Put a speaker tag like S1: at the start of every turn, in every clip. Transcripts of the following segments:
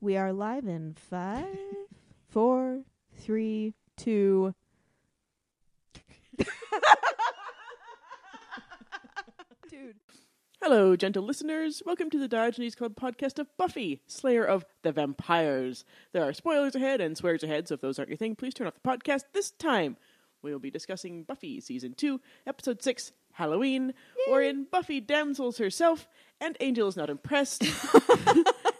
S1: We are live in five, four, three, two. Dude.
S2: Hello, gentle listeners. Welcome to the Diogenes Club podcast of Buffy, Slayer of the Vampires. There are spoilers ahead and swears ahead, so if those aren't your thing, please turn off the podcast this time. We will be discussing Buffy Season 2, Episode 6, Halloween, wherein Buffy damsels herself, and Angel is not impressed.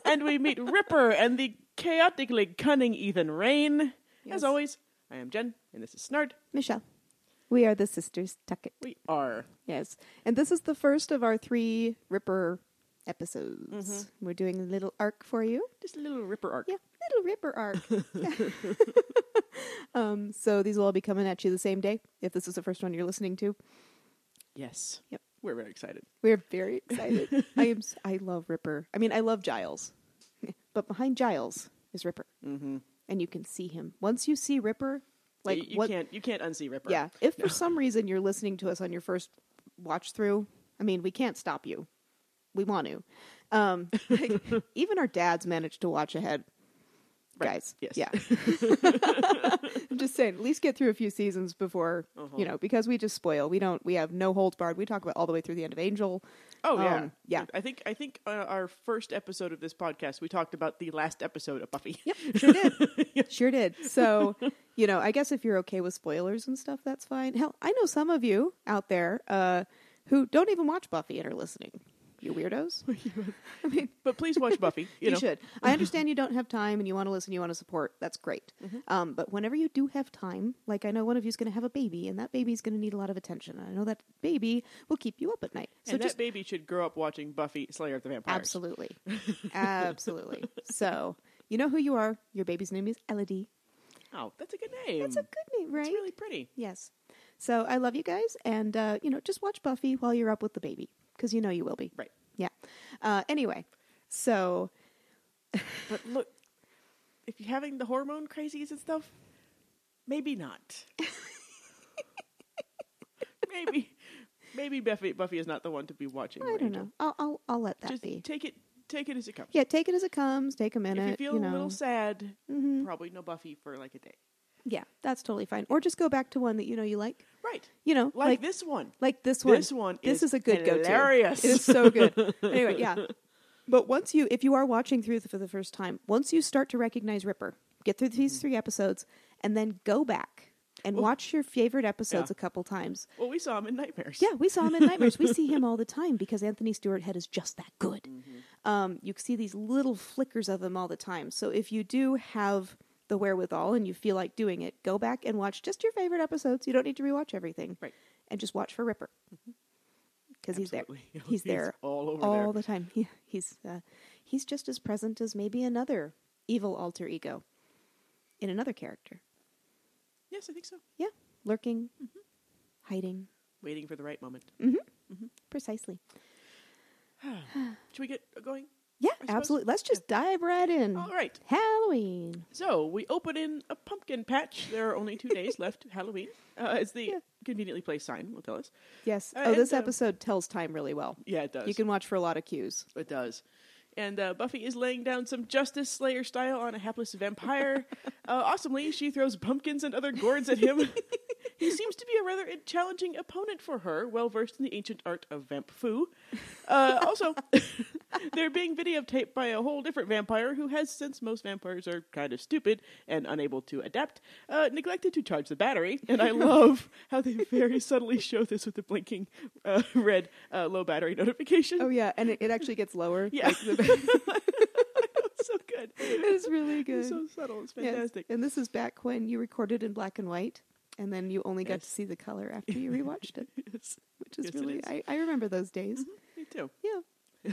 S2: and we meet Ripper and the chaotically cunning Ethan Rain.
S1: Yes.
S2: As always, I am Jen, and this is Snart.
S1: Michelle. We are the sisters Tuckett.
S2: We are.
S1: Yes. And this is the first of our three Ripper episodes. Mm-hmm. We're doing a little arc for you.
S2: Just a little Ripper arc.
S1: Yeah, little Ripper arc. um, so these will all be coming at you the same day if this is the first one you're listening to.
S2: Yes.
S1: Yep.
S2: We're very excited.
S1: We're very excited. I am. s- I love Ripper. I mean, I love Giles, but behind Giles is Ripper,
S2: Mm-hmm.
S1: and you can see him once you see Ripper. Like
S2: you, you
S1: what?
S2: can't you can't unsee Ripper.
S1: Yeah. If for some reason you're listening to us on your first watch through, I mean, we can't stop you. We want to. Um, like, even our dads managed to watch ahead.
S2: Right.
S1: Guys,
S2: Yes.
S1: yeah. I'm just saying, at least get through a few seasons before
S2: Uh-huh.
S1: you know, because we just spoil. We don't. We have no holds barred. We talk about all the way through the end of Angel.
S2: Oh yeah.
S1: Um, yeah.
S2: I think I think uh, our first episode of this podcast we talked about the last episode of Buffy.
S1: Yep, sure did. Sure did. So, you know, I guess if you're okay with spoilers and stuff, that's fine. Hell, I know some of you out there uh, who don't even watch Buffy and are listening. You weirdos. I mean,
S2: But please watch Buffy. You,
S1: you,
S2: know.
S1: should. I understand you don't have time and you want to listen, you want to support. That's great.
S2: Mm-hmm.
S1: Um, but whenever you do have time, like I know one of you is going to have a baby, and that baby's going to need a lot of attention. And I know that baby will keep you up at night. So
S2: and
S1: just
S2: that baby should grow up watching Buffy Slayer of the Vampires.
S1: Absolutely. Absolutely. So, you know who you are. Your baby's name is Elodie.
S2: Oh, that's a good name.
S1: That's a good name, right?
S2: It's really pretty.
S1: yes. So, I love you guys. And, uh, you know, just watch Buffy while you're up with the baby because you know you will be.
S2: Right.
S1: Yeah. Uh, anyway, so
S2: But look, if you're having the hormone crazies and stuff, maybe not. maybe maybe Buffy Buffy is not the one to be watching.
S1: I don't
S2: Angel.
S1: know. I'll, I'll, I'll let that
S2: Just
S1: be.
S2: take it take it as it comes.
S1: yeah, take it as it comes. Take a minute.
S2: if you feel
S1: know.
S2: a little sad,
S1: Mhm.
S2: probably no Buffy for like a day.
S1: Yeah, that's totally fine. Or just go back to one that you know you like.
S2: Right.
S1: You know,
S2: Like, this one.
S1: Like this one.
S2: This one
S1: This
S2: is
S1: is, a good go-to.
S2: hilarious.
S1: It is so good. anyway, yeah. But once you, if you are watching through for the first time, once you start to recognize Ripper, get through
S2: Mm-hmm.
S1: these three episodes, and then go back and watch your favorite episodes
S2: Yeah.
S1: a couple times.
S2: Well, we saw him in Nightmares.
S1: Yeah, we saw him in Nightmares. we see him all the time because Anthony Stewart Head is just that good.
S2: Mm-hmm.
S1: Um, you see these little flickers of him all the time. So if you do have the wherewithal and you feel like doing it, go back and watch just your favorite episodes. You don't need to rewatch everything.
S2: Right.
S1: And just watch for Ripper. Because he's there.
S2: Mm-hmm. Absolutely.
S1: He's there
S2: all over
S1: all the
S2: there.
S1: time. He, he's, uh, he's just as present as maybe another evil alter ego in another character.
S2: Yes, I think so.
S1: Yeah. Lurking,
S2: Mm-hmm.
S1: hiding.
S2: Waiting for the right moment.
S1: Precisely. Mm.
S2: Should we get going?
S1: Yeah,
S2: suppose-
S1: absolutely. Let's just dive right in.
S2: All right.
S1: Halloween.
S2: So we open in a pumpkin patch. There are only two days left to Halloween. Uh, as the
S1: Yeah.
S2: conveniently placed sign will tell us.
S1: Yes.
S2: Uh,
S1: oh, this
S2: and, uh,
S1: episode tells time really well.
S2: Yeah, it does.
S1: You can watch for a lot of cues.
S2: It does. And uh, Buffy is laying down some Justice Slayer style on a hapless vampire. uh, awesomely, she throws pumpkins and other gourds at him. he seems to be a rather challenging opponent for her, well versed in the ancient art of vamp foo. Uh, also, they're being videotaped by a whole different vampire who has, since most vampires are kind of stupid and unable to adapt, uh, neglected to charge the battery. And I love how they very subtly show this with the blinking uh, red uh, low battery notification.
S1: Oh yeah, and it, it actually gets lower.
S2: Yeah.
S1: Like, the-
S2: It's so good.
S1: it's really good.
S2: It's so subtle. It's
S1: Yes.
S2: fantastic.
S1: And this is back when you recorded in black and white, and then you only got to
S2: Yes.
S1: see the color after you rewatched it,
S2: Yes.
S1: which is
S2: Yes, it
S1: really.
S2: is. Mm-hmm.
S1: I, I remember those days.
S2: Me too.
S1: Yeah.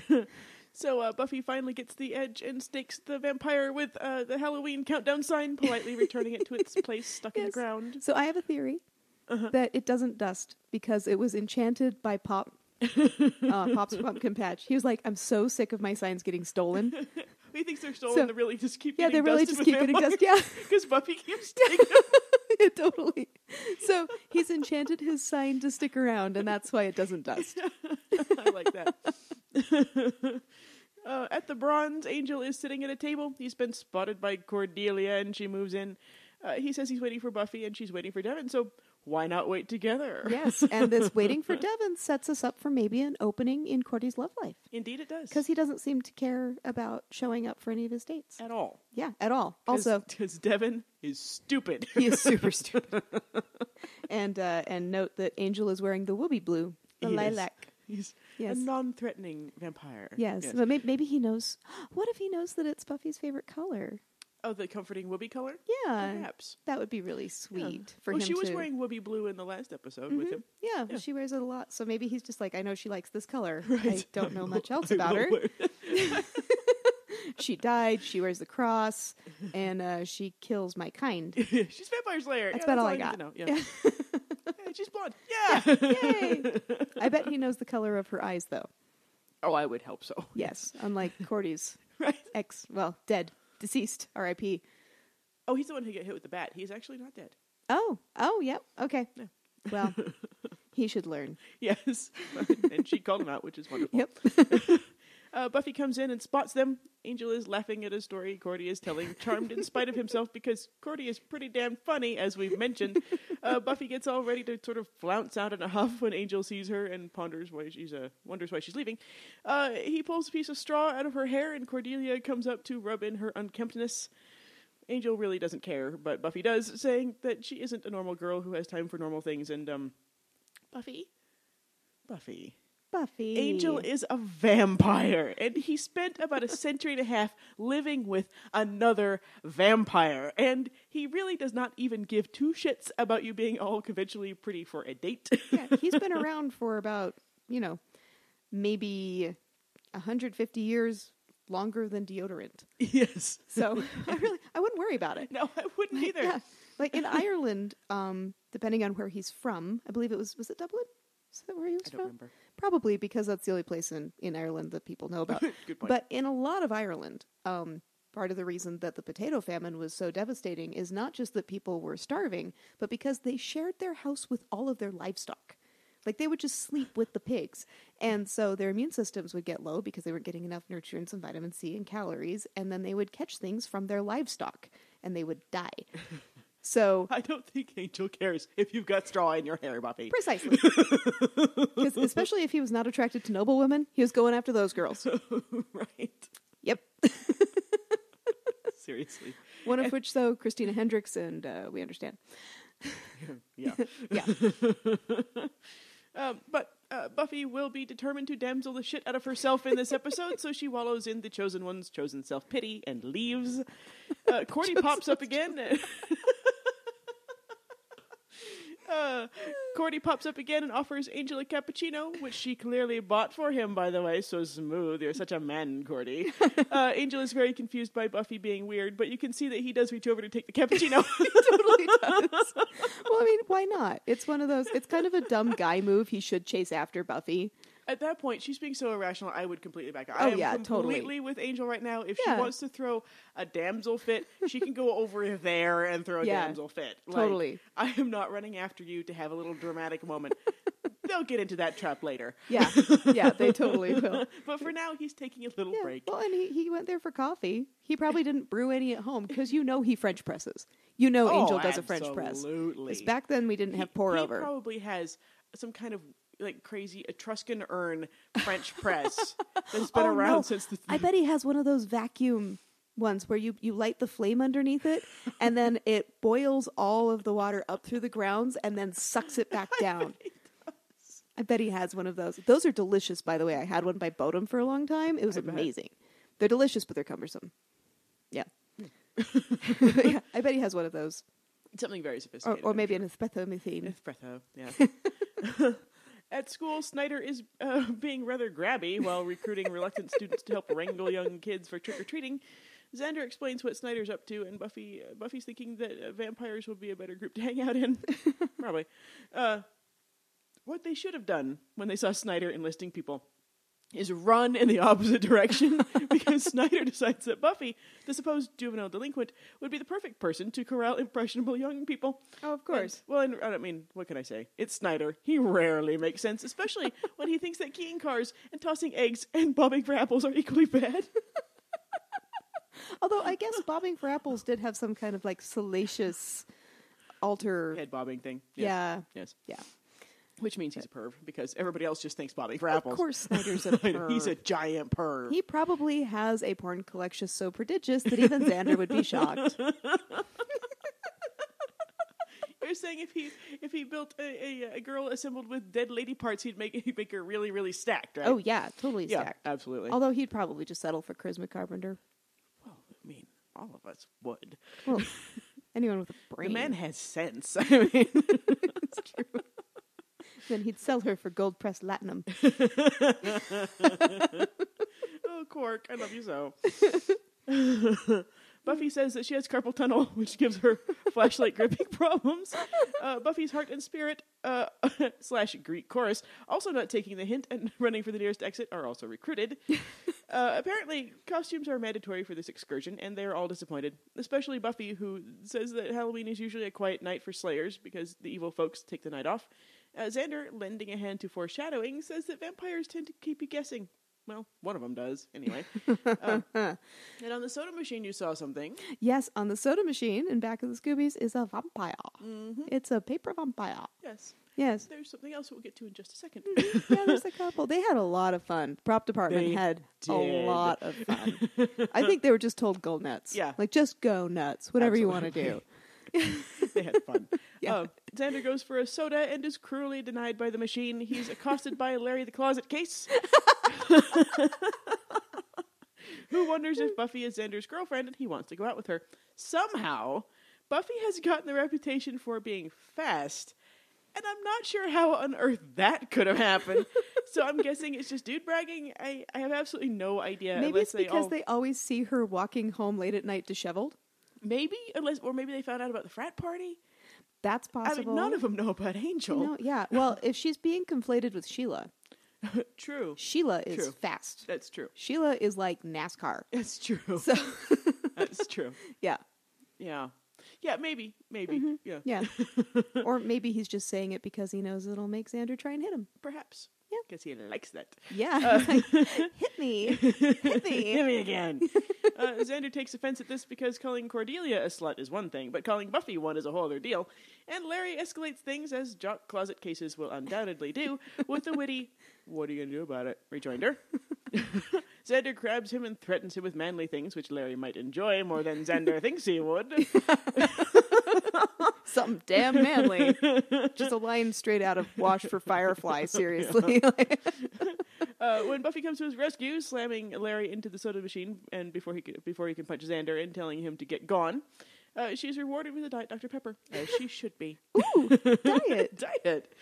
S2: So uh, Buffy finally gets the edge and stakes the vampire with uh, the Halloween countdown sign, politely returning it to its place stuck in the
S1: Yes.
S2: ground.
S1: So I have a theory
S2: Uh-huh.
S1: that it doesn't dust because it was enchanted by Pop. uh, Pop's pumpkin patch. He was like, "I'm so sick of my signs getting stolen."
S2: He thinks they're stolen.
S1: So-
S2: they really just keep
S1: Yeah, they
S2: getting
S1: really just keep getting dust. Yeah.
S2: Because Buffy keeps taking
S1: Yeah, totally. So he's enchanted his sign to stick around, and that's why it doesn't dust.
S2: I like that. Uh, at the bronze, Angel is sitting at a table. He's been spotted by Cordelia, and she moves in. Uh, he says he's waiting for Buffy, and she's waiting for Devin. So why not wait together?
S1: Yes, and this waiting for Devon sets us up for maybe an opening in Cordy's love life
S2: Indeed, it does.
S1: because he doesn't seem to care about showing up for any of his dates.
S2: at all.
S1: Yeah, at all. Also,
S2: because Devin is stupid.
S1: he is super stupid. and uh, and note that Angel is wearing the wooby blue, the
S2: He is.
S1: lilac.
S2: He's
S1: Yes.
S2: a non-threatening vampire.
S1: Yes, but maybe, maybe he knows. What if he knows that it's Buffy's favorite color?
S2: Oh, the comforting whoopee color.
S1: Yeah,
S2: Perhaps.
S1: that would be really sweet for
S2: well,
S1: him. Mm-hmm.
S2: she was
S1: to-
S2: wearing whoopee blue in the last episode with him.
S1: Yeah,
S2: Yeah.
S1: she wears it a lot, so maybe he's just like, I know she likes this color. I
S2: Right.
S1: don't know much else
S2: I
S1: about
S2: will
S1: her.
S2: wear-
S1: She died. She wears the cross, and uh, she kills my kind.
S2: She's Vampire Slayer.
S1: That's
S2: yeah,
S1: about all I
S2: need
S1: got.
S2: to know. Yeah. Hey, she's blonde. Yeah.
S1: Yay! I bet he knows the color of her eyes, though.
S2: Oh, I would hope so.
S1: Yes, unlike Cordy's
S2: Right.
S1: ex, well, dead, deceased, R.I.P.
S2: Oh, he's the one who got hit with the bat. He's actually not dead.
S1: Oh, oh, yep, okay.
S2: Yeah.
S1: Well, he should learn.
S2: Yes. and she called him out, which is wonderful.
S1: Yep.
S2: Uh, Buffy comes in and spots them. Angel is laughing at a story Cordy is telling, charmed in spite of himself because Cordy is pretty damn funny, as we've mentioned. Uh, Buffy gets all ready to sort of flounce out in a huff when Angel sees her and ponders why she's uh, wonders why she's leaving. Uh, he pulls a piece of straw out of her hair, and Cordelia comes up to rub in her unkemptness. Angel really doesn't care, but Buffy does, saying that she isn't a normal girl who has time for normal things. And um, Buffy, Buffy,
S1: Buffy.
S2: Angel is a vampire, and he spent about a century and a half living with another vampire. And he really does not even give two shits about you being all conventionally pretty for a date.
S1: yeah, he's been around for about, you know, maybe 150 years longer than deodorant.
S2: yes.
S1: So I really, I wouldn't worry about it.
S2: No, I wouldn't either.
S1: Yeah. Like in Ireland, um, depending on where he's from, I believe it was, was it Dublin? Is that where he was
S2: I
S1: from?
S2: don't remember.
S1: Probably because that's the only place in, in Ireland that people know about.
S2: Good point.
S1: but in a lot of Ireland, um, part of the reason that the potato famine was so devastating is not just that people were starving, but because they shared their house with all of their livestock. Like they would just sleep with the pigs. And so their immune systems would get low because they weren't getting enough nutrients and vitamin C and calories. And then they would catch things from their livestock and they would die. So
S2: I don't think Angel cares if you've got straw in your hair, Buffy.
S1: Precisely. 'Cause especially if he was not attracted to noble women, he was going after those girls.
S2: right?
S1: Yep.
S2: Seriously.
S1: One of which, though, Christina Hendricks, and uh, we understand.
S2: Yeah.
S1: Yeah.
S2: Um, but uh, Buffy will be determined to damsel the shit out of herself in this episode, so she wallows in the chosen one's chosen self pity and leaves. Uh, Cordy pops up again. uh, Cordy pops up again and offers Angel a cappuccino, which she clearly bought for him, by the way. So smooth. You're such a man, Cordy. Uh, Angel is very confused by Buffy being weird, but you can see that he does reach over to take the cappuccino.
S1: totally does. well, I mean, why not? It's one of those, it's kind of a dumb guy move. He should chase after Buffy.
S2: At that point, she's being so irrational. I would completely back. out.
S1: Oh,
S2: I am
S1: yeah, totally.
S2: completely with Angel right now. If
S1: Yeah.
S2: she wants to throw a damsel fit, she can go over there and throw a
S1: Yeah,
S2: damsel fit.
S1: totally.
S2: I am not running after you to have a little dramatic moment. They'll get into that trap later.
S1: Yeah. Yeah, they totally will.
S2: But for now, he's taking a little
S1: Yeah.
S2: break.
S1: Well, and he, he went there for coffee. He probably didn't brew any at home because you know he French presses. You know
S2: Oh,
S1: Angel does a French press.
S2: absolutely.
S1: 'Cause back then we didn't have pour
S2: he
S1: over.
S2: probably has some kind of like crazy Etruscan urn French press that's
S1: Oh,
S2: been around
S1: no.
S2: since the.
S1: I bet he has one of those vacuum ones where you, you light the flame underneath it and then it boils all of the water up through the grounds and then sucks it back down. I bet he has one of those. Those are delicious, by the way. I had one by Bodum for a long time. It was amazing. They're delicious, but they're cumbersome. Yeah.
S2: Hmm.
S1: yeah. I bet he has one of those.
S2: something very
S1: Or,
S2: sophisticated.
S1: or Oh, maybe an asbestomethine.
S2: Espresso, yeah. At school, Snyder is uh, being rather grabby while recruiting reluctant students to help wrangle young kids for trick or treating. Xander explains what Snyder's up to, and Buffy uh, Buffy's thinking that uh, vampires would be a better group to hang out in. Probably. Uh, what they should have done when they saw Snyder enlisting people is run in the opposite direction because Snyder decides that Buffy, the supposed juvenile delinquent, would be the perfect person to corral impressionable young people.
S1: Oh, of
S2: And- well, and I mean, what can I say? It's Snyder. He rarely makes sense, especially when he thinks that keying cars and tossing eggs and bobbing for apples are equally bad.
S1: Although I guess bobbing for apples did have some kind of like salacious alter.
S2: Head bobbing thing. Yes.
S1: Yeah.
S2: Yes.
S1: Yeah.
S2: Which means he's a perv because everybody else just thinks bobbing for apples.
S1: Of course, Snyder's a perv.
S2: He's a giant perv.
S1: He probably has a porn collection so prodigious that even Xander would be shocked.
S2: You're saying if he if he built a, a, a girl assembled with dead lady parts, he'd make he'd make her really really stacked, right?
S1: Oh yeah, totally
S2: yeah,
S1: stacked.
S2: absolutely.
S1: Although he'd probably just settle for Charisma Carpenter.
S2: well, I mean, all of us would.
S1: Well, anyone with a brain.
S2: The man has sense. I mean,
S1: It's true. then he'd sell her for gold pressed latinum.
S2: oh Cork, I love you so. Buffy says that she has carpal tunnel, which gives her flashlight gripping problems. Uh, Buffy's heart and spirit uh, slash Greek chorus, also not taking the hint and running for the nearest exit, are also recruited. Uh, apparently, costumes are mandatory for this excursion, and they are all disappointed. Especially Buffy, who says that Halloween is usually a quiet night for slayers because the evil folks take the night off. Uh, Xander, lending a hand to foreshadowing, says that vampires tend to keep you guessing. Well, one of them does, anyway. Um, and on the soda machine, you saw something.
S1: Yes, on the soda machine in back of the Scoobies is a vampire.
S2: Mm-hmm.
S1: It's a paper vampire.
S2: Yes.
S1: Yes.
S2: There's something else we'll get to in just a second.
S1: Mm-hmm. yeah, there's a couple. They had a lot of fun. Prop department
S2: They
S1: had
S2: did.
S1: a lot of fun. I think they were just told go nuts.
S2: Yeah.
S1: Like just go nuts, whatever you want to do.
S2: they had fun.
S1: Yeah.
S2: Uh, Xander goes for a soda and is cruelly denied by the machine. He's accosted by Larry the Closet Case, who wonders if Buffy is Xander's girlfriend and he wants to go out with her. Somehow, Buffy has gotten the reputation for being fast. And I'm not sure how on earth that could have happened. so I'm guessing it's just dude bragging. I, I have absolutely no idea.
S1: Maybe
S2: unless
S1: it's because
S2: all-
S1: they always see her walking home late at night disheveled.
S2: maybe unless or maybe they found out about the frat party.
S1: That's
S2: I
S1: possible.
S2: mean, none of them know about Angel.
S1: No, yeah. Well, if she's being conflated with Sheila,
S2: True.
S1: Sheila is
S2: True.
S1: fast.
S2: That's true.
S1: Sheila is like NASCAR.
S2: That's true.
S1: So,
S2: That's true.
S1: yeah,
S2: Yeah. Yeah, maybe. Maybe. Yeah.
S1: Mm-hmm. yeah. or maybe he's just saying it because he knows it'll make Xander try and hit him.
S2: Perhaps.
S1: Yeah.
S2: Because he likes that. Uh,
S1: Yeah, he's like, hit me, hit
S2: Hit
S1: me.
S2: me again. uh, Xander takes offense at this because calling Cordelia a slut is one thing, but calling Buffy one is a whole other deal. And Larry escalates things, as jock closet cases will undoubtedly do, with the witty, What are you going to do about it? rejoinder. Xander grabs him and threatens him with manly things, which Larry might enjoy more than Xander thinks he would.
S1: Something damn manly. just a line straight out of Wash for Firefly. Seriously,
S2: Uh, when Buffy comes to his rescue, slamming Larry into the soda machine, and before he can, before he can punch Xander and telling him to get gone, uh, she's rewarded with a diet Dr Pepper, as she should be.
S1: diet.
S2: diet.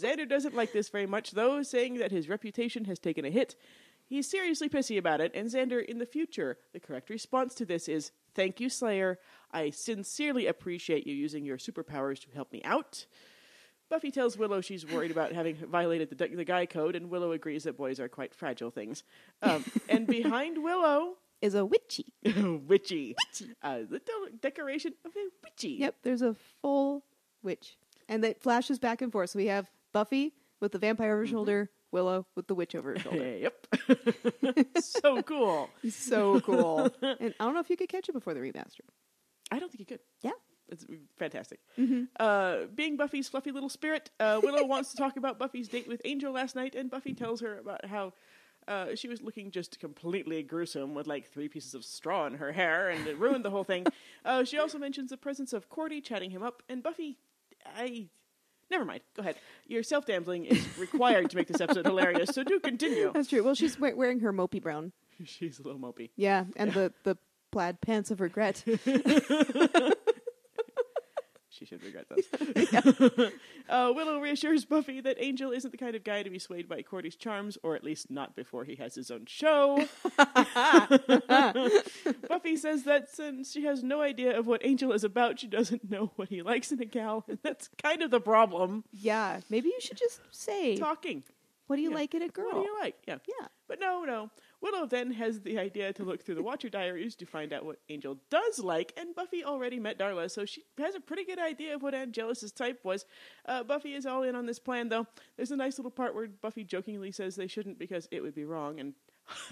S2: Xander doesn't like this very much, though, saying that his reputation has taken a hit. He's seriously pissy about it, and Xander, in the future, the correct response to this is "Thank you, Slayer. I sincerely appreciate you using your superpowers to help me out." Buffy tells Willow she's worried about having violated the, the guy code, and Willow agrees that boys are quite fragile things. Um, and behind Willow,
S1: Is a witchy.
S2: witchy, Uh, the de- decoration of a witchy.
S1: Yep, there's a full witch, and it flashes back and forth. So we have Buffy with the vampire
S2: Mm-hmm.
S1: over her shoulder, Willow with the witch over her shoulder.
S2: Yep. so cool.
S1: He's so cool. and I don't know if you could catch it before the remaster.
S2: I don't think you could.
S1: Yeah.
S2: It's fantastic. Uh, being Buffy's fluffy little spirit, uh, Willow wants to talk about Buffy's date with Angel last night, and Buffy tells her about how uh, she was looking just completely gruesome with like three pieces of straw in her hair, and it ruined the whole thing. Uh, she also mentions the presence of Cordy chatting him up, and Buffy, I. Never mind. Go ahead. Your self damseling is required to make this episode hilarious, so do continue.
S1: That's true. Well, she's we- wearing her mopey brown.
S2: She's a little mopey.
S1: Yeah, and the the plaid pants of regret.
S2: She should regret those. uh, Willow reassures Buffy that Angel isn't the kind of guy to be swayed by Cordy's charms, or at least not before he has his own show. Buffy says that since she has no idea of what Angel is about, she doesn't know what he likes in a gal, and that's kind of the problem.
S1: yeah, maybe you should just say
S2: Talking.
S1: What do you
S2: Yeah.
S1: like in a girl?
S2: What do you like? Yeah.
S1: Yeah.
S2: But no, no. Willow then has the idea to look through the Watcher diaries to find out what Angel does like, and Buffy already met Darla, so she has a pretty good idea of what Angelus's type was. Uh, Buffy is all in on this plan, though. There's a nice little part where Buffy jokingly says they shouldn't because it would be wrong,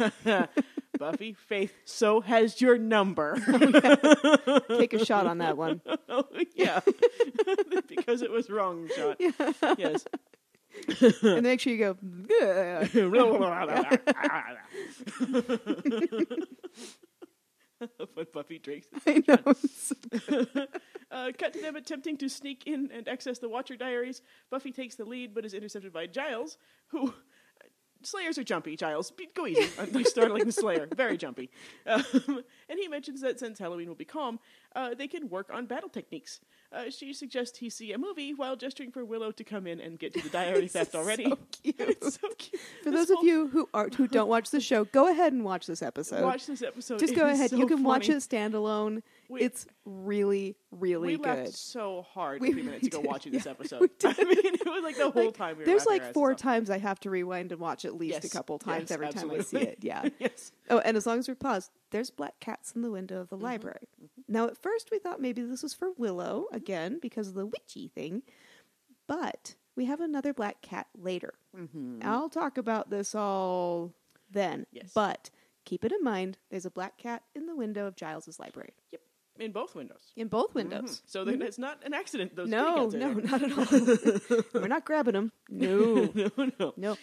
S2: and Buffy, Faith, so has your number.
S1: Take a shot on that one.
S2: Oh, yeah. because it was wrong, shot. Yes.
S1: and make sure you go. "Ugh."
S2: when Buffy drinks.
S1: I know. it's-
S2: Uh, cut to them attempting to sneak in and access the Watcher diaries. Buffy takes the lead, but is intercepted by Giles, who. uh, Slayers are jumpy, Giles. Be- Go easy. I'm like startling the Slayer. Very jumpy. Um, and he mentions that since Halloween will be calm, uh, they can work on battle techniques. Uh, she suggests he see a movie while gesturing for Willow to come in and get to the diary theft already.
S1: So cute.
S2: It's so cute.
S1: For
S2: This
S1: those of
S2: whole-
S1: you who are who don't watch the show, go ahead and watch this episode.
S2: watch this episode.
S1: Just
S2: It
S1: go
S2: is
S1: ahead.
S2: so
S1: you can watch
S2: funny.
S1: it standalone.
S2: We-
S1: it's really, really
S2: We
S1: good.
S2: laughed so hard
S1: We
S2: a few minutes
S1: really
S2: ago
S1: did.
S2: watching this
S1: Yeah,
S2: episode.
S1: we did.
S2: I mean, it was like the whole
S1: Like,
S2: time we were
S1: there's
S2: laughing our
S1: like
S2: asses
S1: four
S2: off.
S1: times I have to rewind and watch at least a
S2: Yes.
S1: couple times
S2: Yes,
S1: every time I see
S2: absolutely.
S1: it. Yeah.
S2: yes.
S1: Oh, and as long as we're paused, there's black cats in the window of the library. Now, at first, we thought maybe this was for Willow again because of the witchy thing, but we have another black cat later. I'll talk about this all then,
S2: Yes.
S1: but keep it in mind there's a black cat in the window of Giles's library
S2: Yep. In both windows.
S1: in both windows.
S2: So that it's not an accident. Those kitty
S1: No,
S2: cats are
S1: no,
S2: there.
S1: not at all. we're not grabbing them. No,
S2: no, no.
S1: no.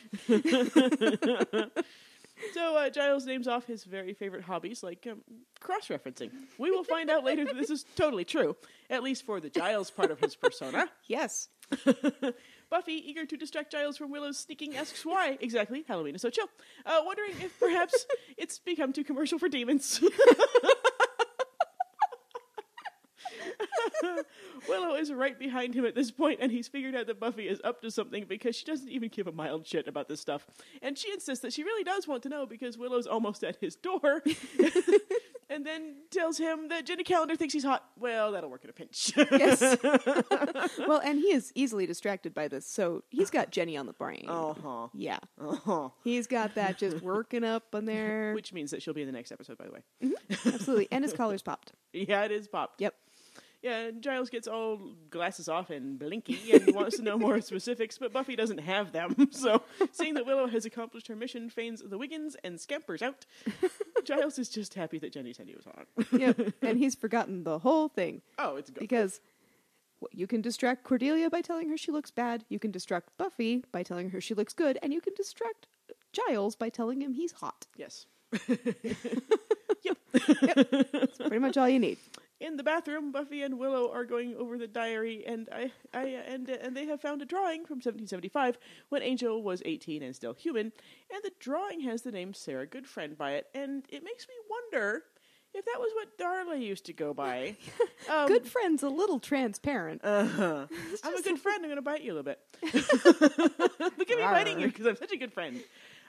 S2: So uh, Giles names off his very favorite hobbies, like um, cross referencing. We will find out later that this is totally true, at least for the Giles part of his persona.
S1: Yes.
S2: Buffy, eager to distract Giles from Willow's sneaking, asks why exactly Halloween is so chill, uh, wondering if perhaps it's become too commercial for demons. Willow is right behind him at this point, and he's figured out that Buffy is up to something because she doesn't even give a mild shit about this stuff. And she insists that she really does want to know because Willow's almost at his door. and then tells him that Jenny Calendar thinks he's hot. Well, that'll work in a pinch.
S1: Yes. well, and he is easily distracted by this, so he's got Jenny on the brain.
S2: uh-huh.
S1: Yeah.
S2: Uh-huh.
S1: He's got that just working up on there.
S2: Which means that she'll be in the next episode, by the way.
S1: Absolutely. And his collar's popped.
S2: Yeah, it is popped.
S1: Yep.
S2: Yeah, and Giles gets all glasses off and blinky and wants to know more specifics, but Buffy doesn't have them. So, seeing that Willow has accomplished her mission, feigns the Wiggins and scampers out. Giles is just happy that Jenny said he was on.
S1: Yep. and he's forgotten the whole thing
S2: Oh, it's good.
S1: because well, you can distract Cordelia by telling her she looks bad, you can distract Buffy by telling her she looks good, and you can distract Giles by telling him he's hot.
S2: Yes.
S1: That's pretty much all you need.
S2: In the bathroom, Buffy and Willow are going over the diary, and I, I, and and they have found a drawing from 1775 when Angel was 18 and still human, and the drawing has the name Sarah Goodfriend by it, and it makes me wonder if that was what Darla used to go by. Um,
S1: Good friend's a little transparent.
S2: Uh-huh. I'm a good friend. I'm going to bite you a little bit. Look at me biting you because I'm such a good friend.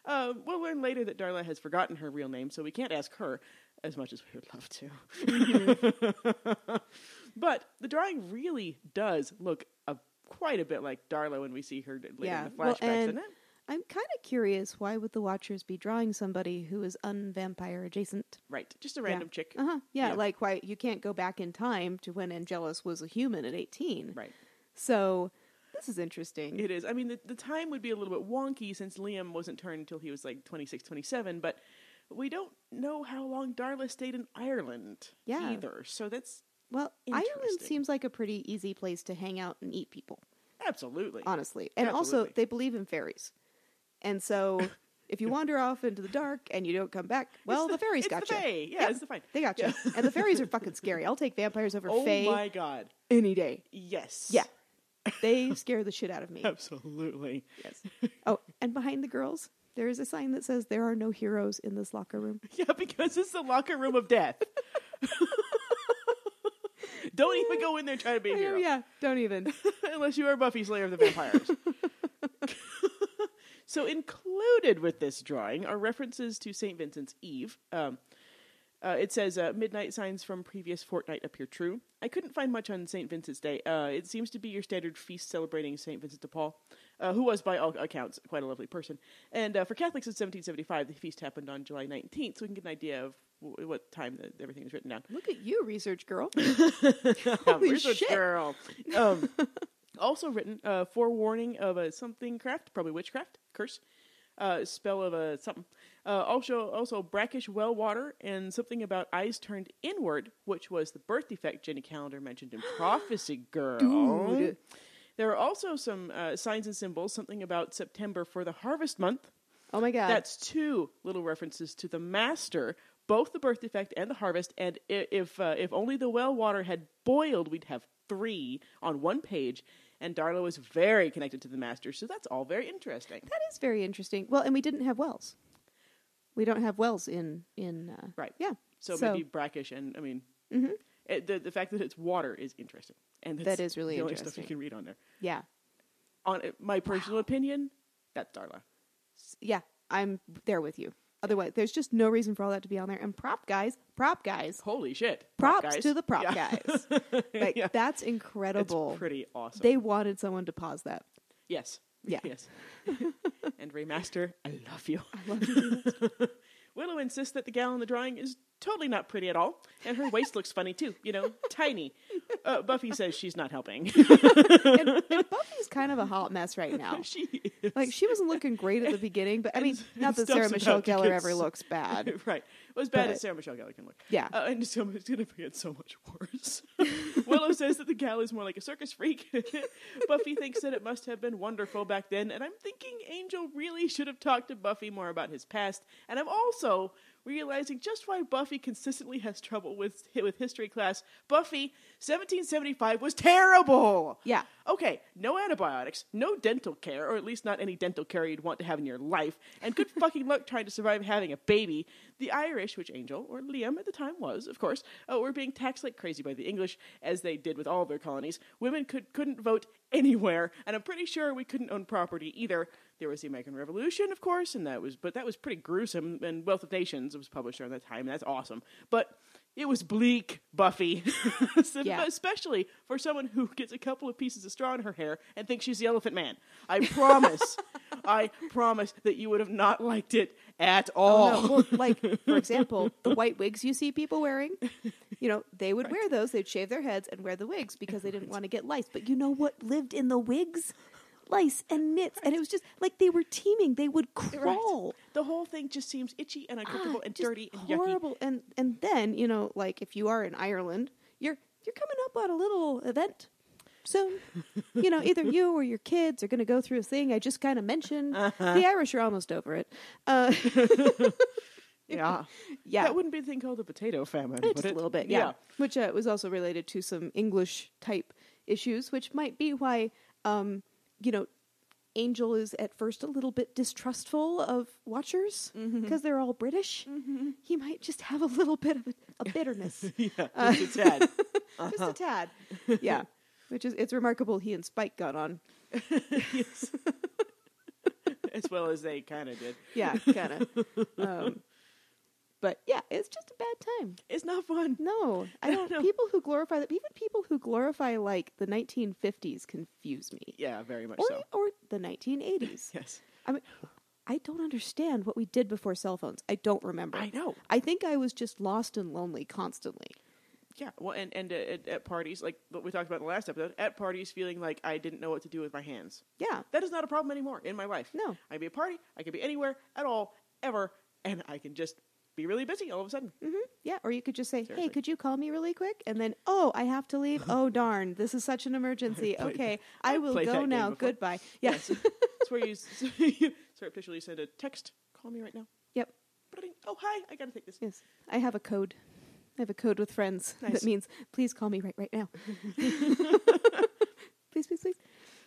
S2: Um, we'll learn later that Darla has forgotten her real name, so we can't ask her as much as we would love to.
S1: Mm-hmm.
S2: but the drawing really does look a, quite a bit like Darla when we see her later in the flashbacks,
S1: Well,
S2: doesn't
S1: and
S2: it?
S1: I'm kind of curious why would the Watchers be drawing somebody who is unvampire adjacent?
S2: Right. Just a random chick.
S1: Uh huh. Yeah,
S2: Yeah.
S1: like why you can't go back in time to when Angelus was a human at 18.
S2: Right.
S1: So this is interesting.
S2: It is. I mean, the, the time would be a little bit wonky since Liam wasn't turned until he was like 26, 27, but we don't know how long Darla stayed in Ireland
S1: Yeah.
S2: either. So that's
S1: well, Ireland
S2: interesting.
S1: seems like a pretty easy place to hang out and eat people,
S2: absolutely.
S1: honestly. And also,
S2: Absolutely.
S1: they believe in fairies. And so if you wander off into the dark and you don't come back, well, the, fairies
S2: it's
S1: got
S2: the
S1: you.
S2: fae. Yeah, it's the fine.
S1: They got you. And the fairies are fucking scary. I'll take vampires over
S2: Oh
S1: fae
S2: my god.
S1: any day.
S2: Yes.
S1: Yeah. They scare the shit out of me.
S2: Absolutely.
S1: Yes. Oh, and behind the girls, there is a sign that says there are no heroes in this locker room.
S2: Yeah, because it's the locker room of death. don't even go in there trying to be a hero.
S1: yeah, don't even.
S2: Unless you are Buffy Slayer of the Vampires. so included with this drawing are references to St. Vincent's Eve. Um, uh, it says uh, midnight signs from previous fortnight appear true. I couldn't find much on St. Vincent's Day. Uh, it seems to be your standard feast celebrating St. Vincent de Paul. uh, who was, by all accounts, quite a lovely person. And uh, for Catholics in 1775, the feast happened on July 19th, so we can get an idea of w- what time that everything was written down.
S1: Look at you, research girl.
S2: Holy
S1: shit.
S2: girl. Um, also written uh, forewarning of a something craft, probably witchcraft, curse, uh, spell of a something. Uh, also, also brackish well water and something about eyes turned inward, which was the birth defect Jenny Calendar mentioned in Prophecy Girl.
S1: Dude.
S2: There are also some uh, signs and symbols, something about September for the harvest month.
S1: Oh my god.
S2: That's two little references to the master, both the birth defect and the harvest. And i- if uh, if only the well water had boiled, we'd have three on one page. And Darla is very connected to the master, so that's all very interesting.
S1: that is very interesting. Well, and we didn't have wells. We don't have wells in in uh,
S2: Right.
S1: Yeah.
S2: So, maybe brackish, and I mean, it, the the fact that it's water is interesting, and that's
S1: Mm-hmm. That is really
S2: the only stuff
S1: interesting.
S2: you can read on there.
S1: yeah,
S2: On uh, my personal opinion, that's Darla.
S1: S- yeah. I'm there with you. Otherwise, there's just no reason for all that to be on there. And prop guys, prop guys,
S2: Holy shit!
S1: props
S2: guys.
S1: to the prop
S2: Yeah.
S1: guys. Like
S2: Yeah.
S1: that's
S2: It's
S1: incredible.
S2: pretty awesome.
S1: They wanted someone to pause that.
S2: Yes.
S1: Yeah.
S2: Yes. and remaster, I love you.
S1: I love you.
S2: Willow insists that the gal in the drawing is totally not pretty at all, and her waist looks funny too. You know, tiny. Uh, Buffy says she's not helping.
S1: and, and Buffy's kind of a hot mess right now.
S2: she is.
S1: Like she wasn't looking great at the beginning, but I mean,
S2: and
S1: not that
S2: stuff's
S1: Sarah Michelle
S2: about to
S1: Gellar
S2: get
S1: ever
S2: s-
S1: looks bad.
S2: right. It was bad
S1: But-
S2: as Sarah Michelle Gellar can look.
S1: Yeah.
S2: Uh, and so it's going to get so much worse. Willow says that the gal is more like a circus freak. Buffy thinks that it must have been wonderful back then, and I'm thinking Angel really should have talked to Buffy more about his past. And I'm also realizing just why Buffy consistently has trouble with with history class. Buffy, 1775 was terrible.
S1: Yeah.
S2: Okay, no antibiotics, no dental care, or at least not any dental care you'd want to have in your life, and good fucking luck trying to survive having a baby. The Irish, which Angel, or Liam at the time was, of course, uh, were being taxed like crazy by the English, as they did with all of their colonies. Women could, couldn't vote anywhere, and I'm pretty sure we couldn't own property either. There was the American Revolution, of course, and that was, but that was pretty gruesome, and Wealth of Nations was published around that time, and that's awesome. But it was bleak, Buffy. So-
S1: Yeah.
S2: especially for someone who gets a couple of pieces of straw in her hair and thinks she's the elephant man. I promise, I promise that you would have not liked it at all.
S1: Oh, no. Well, like for example, the white wigs you see people wearing, you know, they would wear those. They'd shave their heads and wear the wigs because they didn't want to get lice. But you know what lived in the wigs? Lice and nits, and it was just like they were teeming. They would
S2: Right.
S1: crawl.
S2: The whole thing just seems itchy and uncomfortable
S1: Ah,
S2: and
S1: just
S2: dirty and yucky.
S1: horrible. And and then you know, like if you are in Ireland, you're you're coming up on a little event soon. you know, either you or your kids are going to go through a thing I just kind of mentioned.
S2: Uh-huh.
S1: The Irish are almost over it. Uh,
S2: Yeah,
S1: yeah,
S2: that wouldn't be a thing called the potato famine,
S1: Uh,
S2: would
S1: just
S2: it?
S1: a little bit. Yeah, which uh, was also related to some English type issues, which might be why um, you know. Angel is at first a little bit distrustful of Watchers because they're all British. He might just have a little bit of a, a bitterness.
S2: yeah, just
S1: Uh,
S2: a tad.
S1: just a tad. Yeah, which is it's remarkable he and Spike got on.
S2: yes. as well as they kind of did.
S1: Yeah, kind of. um, but yeah, it's just a bad time.
S2: It's not fun.
S1: No, I don't.
S2: No.
S1: People who glorify that, even people who glorify like the 1950s, confuse me,
S2: Yeah, very much
S1: or
S2: so.
S1: or the 1980s.
S2: Yes,
S1: I mean, I don't understand what we did before cell phones. I don't remember.
S2: I know.
S1: I think I was just lost and lonely constantly.
S2: Yeah, well, and and uh, at, at parties, like what we talked about in the last episode, at parties, feeling like I didn't know what to do with my hands.
S1: Yeah,
S2: That is not a problem anymore in my life.
S1: No.
S2: I can be at a party, I can be anywhere at all, ever, and I can just be really busy all of a sudden.
S1: Mm-hmm. Yeah, or you could just say,
S2: Seriously.
S1: "Hey, could you call me really quick?" And then, "Oh, I have to leave. Oh, darn, this is such an emergency.
S2: I've played
S1: okay,
S2: that-
S1: I
S2: I've
S1: will
S2: played that
S1: go
S2: game
S1: now.
S2: before.
S1: Goodbye." Yes.
S2: That's where you, s- you surreptitiously send a text. Call me right now.
S1: yep.
S2: Ba-ding. Oh hi, I gotta take this.
S1: Yes. I have a code. I have a code with friends
S2: Nice.
S1: that means, "Please call me right right now." please, please, please.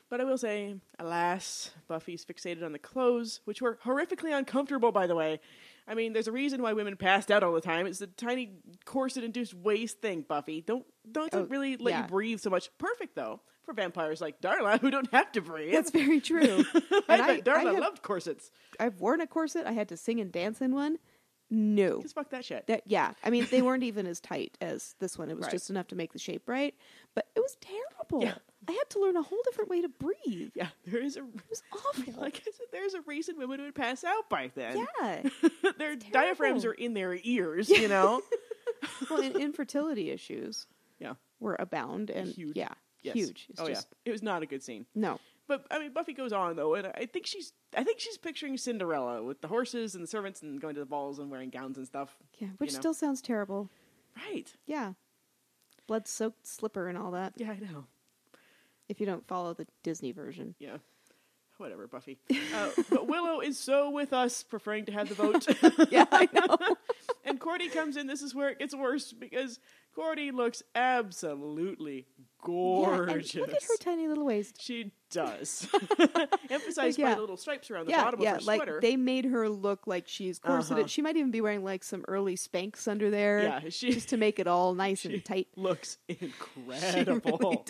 S2: But I will say, alas, Buffy's fixated on the clothes, which were horrifically uncomfortable, by the way. I mean, there's a reason why women passed out all the time. It's the tiny corset-induced waist thing, Buffy. Don't don't
S1: Oh,
S2: really let
S1: yeah.
S2: you breathe so much. Perfect though for vampires like Darla, who don't have to breathe.
S1: That's very true. and
S2: I bet
S1: I,
S2: Darla
S1: have,
S2: loved corsets.
S1: I've worn a corset. I had to sing and dance in one. No.
S2: Just fuck that shit.
S1: That, yeah, I mean they weren't even as tight as this one. It was
S2: Right.
S1: just enough to make the shape right, but it was terrible.
S2: Yeah.
S1: I had to learn a whole different way to breathe.
S2: Yeah, there is a
S1: It was awful.
S2: like I said, there's a reason women would pass out by then.
S1: yeah.
S2: their
S1: It's
S2: diaphragms
S1: terrible.
S2: are in their ears, you know.
S1: well, and infertility issues
S2: yeah,
S1: were abound and
S2: Huge.
S1: yeah,
S2: yes.
S1: huge. It's
S2: oh
S1: just
S2: yeah, it was not a good scene.
S1: no.
S2: But I mean, Buffy goes on though, and I think she's I think she's picturing Cinderella with the horses and the servants and going to the balls and wearing gowns and stuff.
S1: Yeah, which
S2: you know.
S1: still sounds terrible.
S2: right.
S1: Yeah. Blood soaked slipper and all that.
S2: Yeah, I know.
S1: If you don't follow the Disney version.
S2: Yeah. Whatever, Buffy. Uh, but Willow is so with us, preferring to have the vote.
S1: yeah, I know.
S2: and Cordy comes in. This is where it gets worse because Cordy looks absolutely gorgeous.
S1: look at her tiny little waist.
S2: She does. Emphasized by
S1: yeah.
S2: the little stripes around the
S1: Yeah,
S2: bottom
S1: yeah.
S2: of her
S1: Like
S2: sweater.
S1: they made her look like she's corseted.
S2: Uh-huh.
S1: She might even be wearing like some early Spanx under there,
S2: Yeah, she-
S1: just to make it all nice
S2: She
S1: and tight.
S2: looks incredible.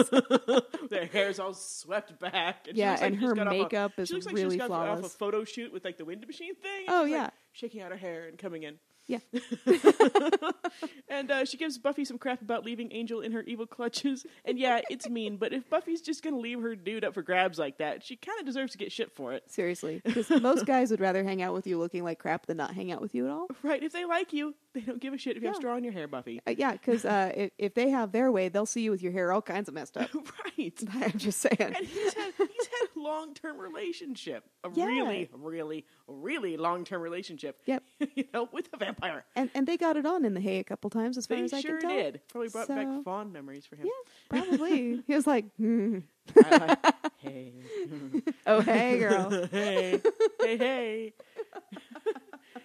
S2: Their hair's all swept back. And she
S1: Yeah,
S2: looks like
S1: and
S2: she just
S1: her
S2: got off a-
S1: makeup is
S2: she looks like
S1: really
S2: she just got off a
S1: flawless.
S2: photo shoot with like the wind machine thing. and
S1: Oh,
S2: she's, like,
S1: yeah.
S2: shaking out her hair and coming in.
S1: Yeah,
S2: And uh, she gives Buffy some crap about leaving Angel in her evil clutches. And yeah, it's mean, but if Buffy's just gonna leave her dude up for grabs like that, she kind of deserves to get shit for it.
S1: seriously, because most guys would rather hang out with you looking like crap than not hang out with you at all.
S2: Right? If they like you, they don't give a shit if you have
S1: Yeah.
S2: straw in your hair, Buffy.
S1: Uh, yeah, because uh, if, if they have their way, they'll see you with your hair all kinds of messed up.
S2: right.
S1: I'm just saying.
S2: and he's had he's had a long term relationship, a
S1: Yeah.
S2: really, really, really long term relationship.
S1: Yep.
S2: you know, with a vampire.
S1: And and they got it on in the hay a couple times, as far
S2: They
S1: as I
S2: sure
S1: can tell.
S2: did. Probably brought back
S1: So-
S2: fond memories for him.
S1: Yeah, probably. he was like, hmm.
S2: I- I- hey,
S1: "Oh hey, girl."
S2: hey, hey, hey.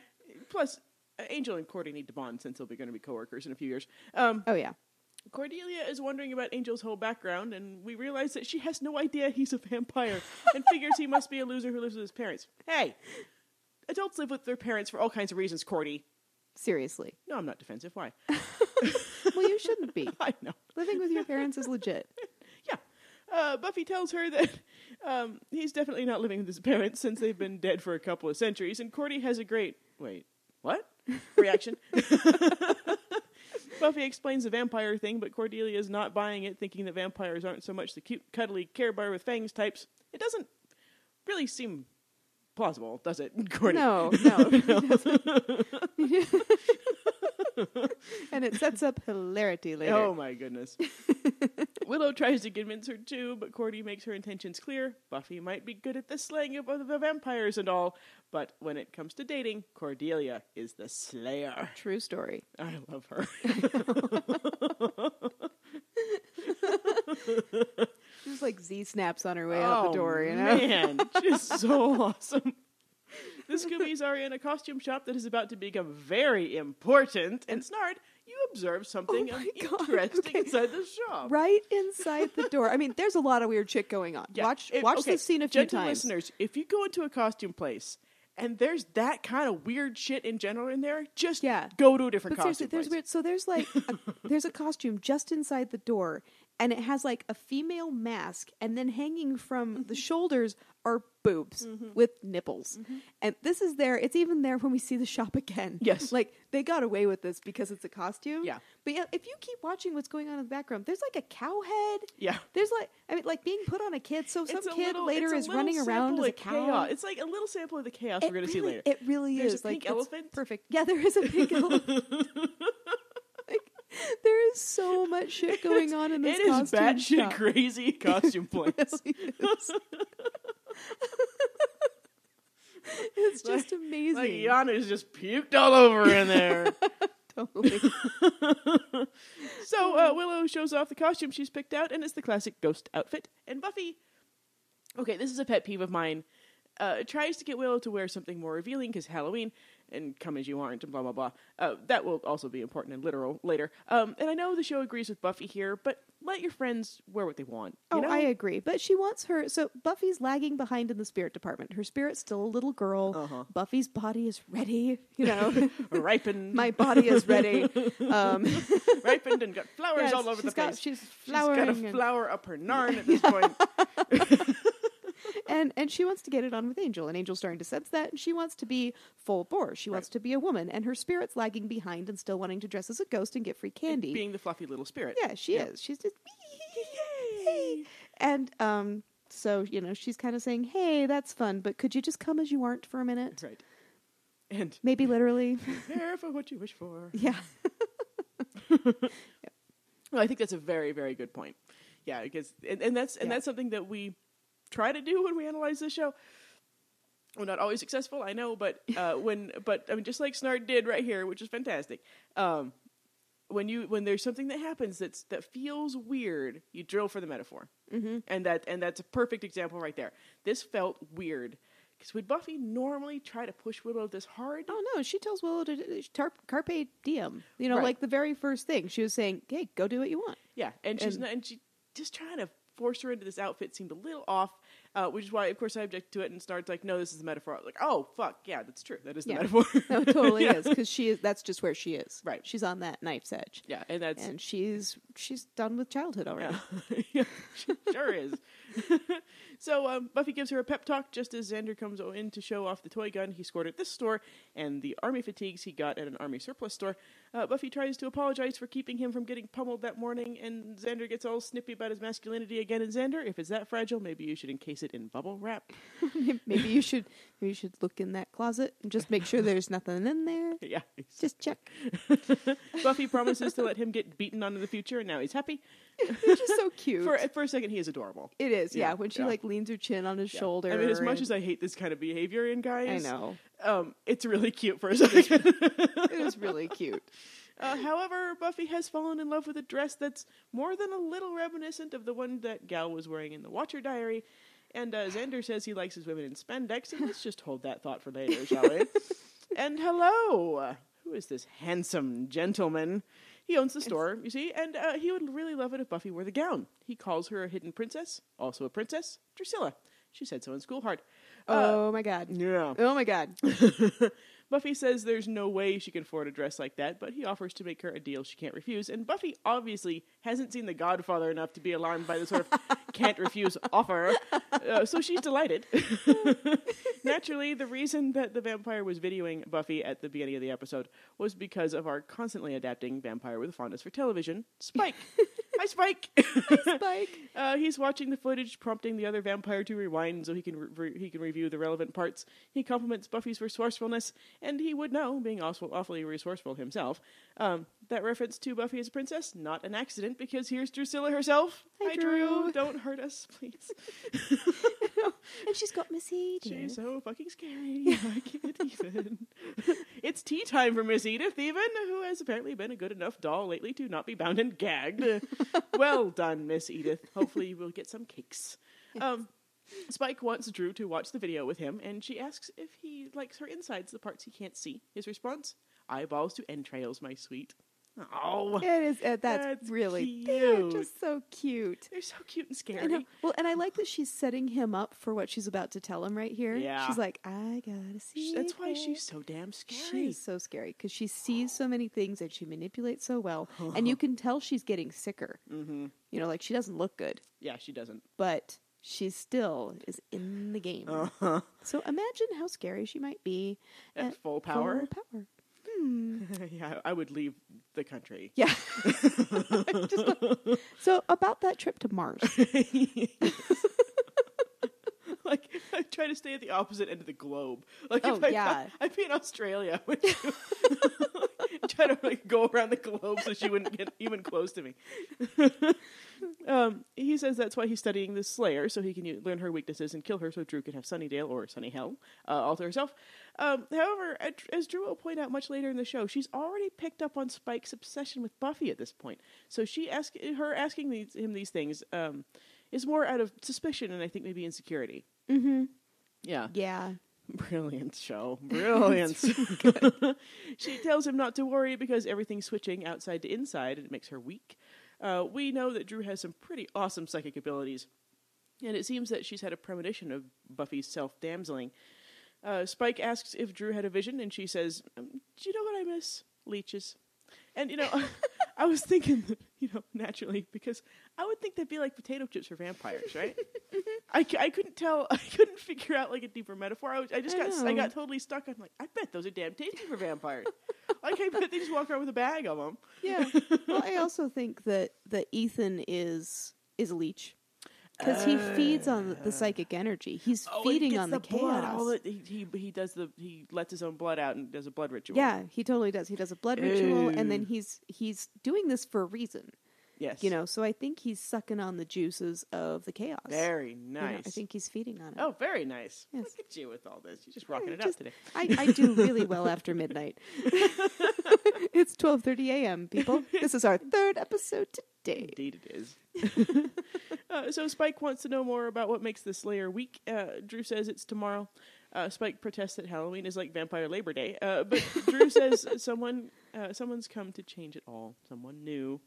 S2: Plus, uh, Angel and Cordy need to bond since they'll be going to be coworkers in a few years. Um,
S1: Oh yeah.
S2: Cordelia is wondering about Angel's whole background, and we realize that she has no idea he's a vampire and figures he must be a loser who lives with his parents. Hey, adults live with their parents for all kinds of reasons, Cordy.
S1: Seriously.
S2: No, I'm not defensive. Why?
S1: Well, you shouldn't be.
S2: I know.
S1: Living with your parents is legit.
S2: Yeah. Uh, Buffy tells her that um, he's definitely not living with his parents since they've been dead for a couple of centuries, and Cordy has a great wait, what? reaction. Buffy explains the vampire thing, but Cordelia is not buying it, thinking that vampires aren't so much the cute, cuddly Care Bear with fangs types. It doesn't really seem plausible, does it, Cordy?
S1: No, no. it doesn't. and it sets up hilarity later.
S2: Oh my goodness. Willow tries to convince her too, but Cordy makes her intentions clear. Buffy might be good at the slaying of the vampires and all, but when it comes to dating, Cordelia is the slayer.
S1: True story.
S2: I love her.
S1: Just like Z snaps on her way out the door, you know?
S2: Oh, Man, she's so awesome. The Scoobies are in a costume shop that is about to become very important, and Snard, you observe something
S1: Oh my God,
S2: interesting
S1: okay.
S2: inside the shop.
S1: Right inside the door. I mean, there's a lot of weird shit going on.
S2: Yeah.
S1: Watch
S2: If-
S1: watch
S2: okay,
S1: this scene a few
S2: gentle
S1: times.
S2: listeners, if you go into a costume place and there's that kind of weird shit in general in there, just
S1: Yeah.
S2: go to a different
S1: But seriously,
S2: costume
S1: there's
S2: place.
S1: weird. So there's like a, there's a costume just inside the door, and it has like a female mask, and then hanging from
S2: Mm-hmm.
S1: the shoulders are boobs with nipples.
S2: Mm-hmm.
S1: And this is there. It's even there when we see the shop again.
S2: Yes.
S1: like they got away with this because it's a costume.
S2: Yeah.
S1: but yeah, if you keep watching what's going on in the background, there's like a cow head.
S2: Yeah.
S1: There's like I mean, like being put on a kid. So some
S2: It's a
S1: kid
S2: little- it's
S1: later
S2: a
S1: is
S2: little
S1: running around
S2: sample
S1: as a
S2: of
S1: cow.
S2: chaos. It's like a little sample of the chaos
S1: It
S2: we're going to see
S1: really-
S2: later.
S1: It really
S2: There's a
S1: is. like,
S2: pink
S1: it's
S2: elephant.
S1: Perfect. Yeah, there is a pink elephant. like, there is so much shit going on in this
S2: it is
S1: costume
S2: batshit
S1: shop.
S2: crazy costume place.
S1: It really is. it's just amazing.
S2: Like Yana's just puked all over in there.
S1: totally.
S2: so
S1: Mm-hmm.
S2: uh, Willow shows off the costume she's picked out, and it's the classic ghost outfit. And Buffy, okay, this is a pet peeve of mine. Uh, tries to get Willow to wear something more revealing because Halloween and come as you aren't and blah blah blah. Uh, that will also be important and literal later. Um, and I know the show agrees with Buffy here, but let your friends wear what they want. You
S1: Oh,
S2: know?
S1: I agree. But she wants her. So Buffy's lagging behind in the spirit department. Her spirit's still a little girl.
S2: Uh-huh.
S1: Buffy's body is ready. You know,
S2: ripened,
S1: my body is ready. Um,
S2: ripened, and got flowers
S1: yes,
S2: all over the
S1: she's got-
S2: place.
S1: She's
S2: She's got
S1: flowering.
S2: a
S1: and-
S2: flower up her narn at this point.
S1: and and she wants to get it on with Angel, and Angel's starting to sense that, and she wants to be full bore. She wants to be a woman, and her spirit's lagging behind and still wanting to dress as a ghost and get free candy.
S2: Being the fluffy little spirit.
S1: yeah, she
S2: Yeah.
S1: is. She's just
S2: Yay!
S1: And um, so, you know, she's kind of saying, hey, that's fun, but could you just come as you aren't for a minute?
S2: Right. And
S1: Maybe literally.
S2: prepare for what you wish for.
S1: yeah.
S2: Well, I think that's a very, very good point. Yeah, because and, and that's and
S1: Yeah.
S2: that's something that we try to do when we analyze this show. We're not always successful, I know, but uh, when but I mean, just like Snart did right here, which is fantastic. Um, when you when there's something that happens that's that feels weird, you drill for the metaphor, mm-hmm. and that and that's a perfect example right there. This felt weird because would Buffy normally try to push Willow this hard?
S1: Oh, no, she tells Willow to tarp, carpe diem. You know,
S2: Right.
S1: like the very first thing. She was saying, hey, go do what you want.
S2: Yeah, and she's
S1: And-
S2: not, and she just trying to force her into this outfit seemed a little off, uh, which is why, of course, I object to it and starts like, "No, this is a metaphor." I was like, "Oh fuck, yeah, that's true. That is the
S1: Yeah.
S2: metaphor."
S1: No, it totally
S2: Yeah.
S1: is because she is. That's just where she is.
S2: Right.
S1: She's on that knife's edge.
S2: yeah, and that's
S1: And she's she's done with childhood already.
S2: yeah, yeah she sure is. so um, Buffy gives her a pep talk just as Xander comes o- in to show off the toy gun he scored at this store and the army fatigues he got at an army surplus store. Uh, Buffy tries to apologize for keeping him from getting pummeled that morning, and Xander gets all snippy about his masculinity again. And Xander, if it's that fragile, maybe you should encase it in bubble wrap.
S1: maybe you should maybe you should look in that closet and just make sure there's nothing in there.
S2: yeah.
S1: Just check.
S2: Buffy promises to let him get beaten on in the future, and now he's happy.
S1: Which is so cute.
S2: For for a second, he is adorable.
S1: it is, yeah.
S2: Yeah,
S1: When she
S2: yeah.
S1: like leans her chin on his
S2: Yeah.
S1: shoulder.
S2: I mean, as much
S1: and-
S2: as I hate this kind of behavior in
S1: I
S2: guys,
S1: know.
S2: um, it's really cute for a second.
S1: it is really cute.
S2: uh, however, Buffy has fallen in love with a dress that's more than a little reminiscent of the one that Gal was wearing in the Watcher Diary. And uh, Xander says he likes his women in spandex, and let's just hold that thought for later, shall we? and hello, who is this handsome gentleman? He owns the store, you see, and uh, he would really love it if Buffy wore the gown. He calls her a hidden princess, also a princess, Drusilla. She said so in School Hard. Uh,
S1: oh my god.
S2: yeah.
S1: Oh my god.
S2: Buffy says there's no way she can afford a dress like that, but he offers to make her a deal she can't refuse. And Buffy obviously hasn't seen The Godfather enough to be alarmed by the sort of can't refuse offer, uh, so she's delighted. Naturally, the reason that the vampire was videoing Buffy at the beginning of the episode was because of our constantly adapting vampire with a fondness for television, Spike. Hi, Spike.
S1: Spike.
S2: Uh, he's watching the footage, prompting the other vampire to rewind so he can re- re- he can review the relevant parts. He compliments Buffy's resourcefulness, and he would know, being also awfully resourceful himself. Um, that reference to Buffy as a princess, not an accident, because here's Drusilla herself.
S1: Hi, Drew.
S2: Don't hurt us, please.
S1: And she's got Miss Edith.
S2: She's so fucking scary. I can't even. it's tea time for Miss Edith, even, who has apparently been a good enough doll lately to not be bound and gagged. well done, Miss Edith. Hopefully, we'll get some cakes. Um, Spike wants Drew to watch the video with him, and she asks if he likes her insides, the parts he can't see. His response eyeballs to entrails, my sweet. Oh,
S1: It is. Uh, that's,
S2: That's
S1: really. They're
S2: cute.
S1: just so cute.
S2: they're so cute and
S1: I know.
S2: scary.
S1: Well, and I like that she's setting him up for what she's about to tell him right here.
S2: Yeah.
S1: She's like, I gotta see.
S2: That's why she's so damn scary.
S1: She's so scary because she sees so many things and she manipulates so well, and you can tell she's getting sicker.
S2: hmm
S1: You know, like she doesn't look good,
S2: Yeah, she doesn't.
S1: but she still is in the game.
S2: Uh-huh.
S1: So imagine how scary she might be
S2: At full power.
S1: full power.
S2: yeah, I would leave the country.
S1: Yeah. Just like- so about that trip to Mars.
S2: like I try to stay at the opposite end of the globe. Like
S1: Oh,
S2: if I
S1: yeah.
S2: I'd be in Australia. With you. try to like go around the globe so she wouldn't get even close to me. um, he says that's why he's studying the Slayer so he can u- learn her weaknesses and kill her so Drew can have Sunnydale or Sunny Hell uh, all to herself. Um, however, at- as Drew will point out much later in the show, she's already picked up on Spike's obsession with Buffy at this point. So she ask her asking these, him these things um, is more out of suspicion and I think maybe insecurity. Mm-hmm. Yeah.
S1: Yeah.
S2: Brilliant show. Brilliant. she tells him not to worry because everything's switching outside to inside and it makes her weak. Uh, we know that Drew has some pretty awesome psychic abilities, and it seems that she's had a premonition of Buffy's self damseling. Uh, Spike asks if Drew had a vision, and she says, um, Do you know what I miss? Leeches. And, you know, I was thinking, you know, naturally, because I would think that'd be like potato chips for vampires, right? I, c- I couldn't tell. I couldn't figure out like a deeper metaphor. I, was, I just
S1: I
S2: got s- I
S1: know.
S2: got totally stuck. I'm like, I bet those are damn tasty for vampires. like I bet they just walk around with a bag of them.
S1: Yeah. Well, I also think that that Ethan is is a leech because he feeds on
S2: Uh.
S1: the psychic energy. He's feeding on the,
S2: blood.
S1: chaos.
S2: All Oh, the- he, he he does the he lets his own blood out and does a blood ritual.
S1: yeah, he totally does. He does a blood ritual, and then
S2: Ew.
S1: he's he's doing this for a reason,
S2: Yes.
S1: you know. So I think he's sucking on the juices of the chaos.
S2: Very
S1: You know,
S2: nice.
S1: I think he's feeding on it.
S2: Oh, very nice.
S1: Yes.
S2: Look at you with all this. You're just rocking
S1: I
S2: it out
S1: just-
S2: today.
S1: I, I do really well after midnight. it's twelve thirty a.m. People, this is our third episode today.
S2: Indeed, it is. uh, so Spike wants to know more about what makes the Slayer week. Uh, Drew says it's tomorrow. Uh, Spike protests that Halloween is like Vampire Labor Day, uh, but Drew says someone uh, someone's come to change it all. Someone new.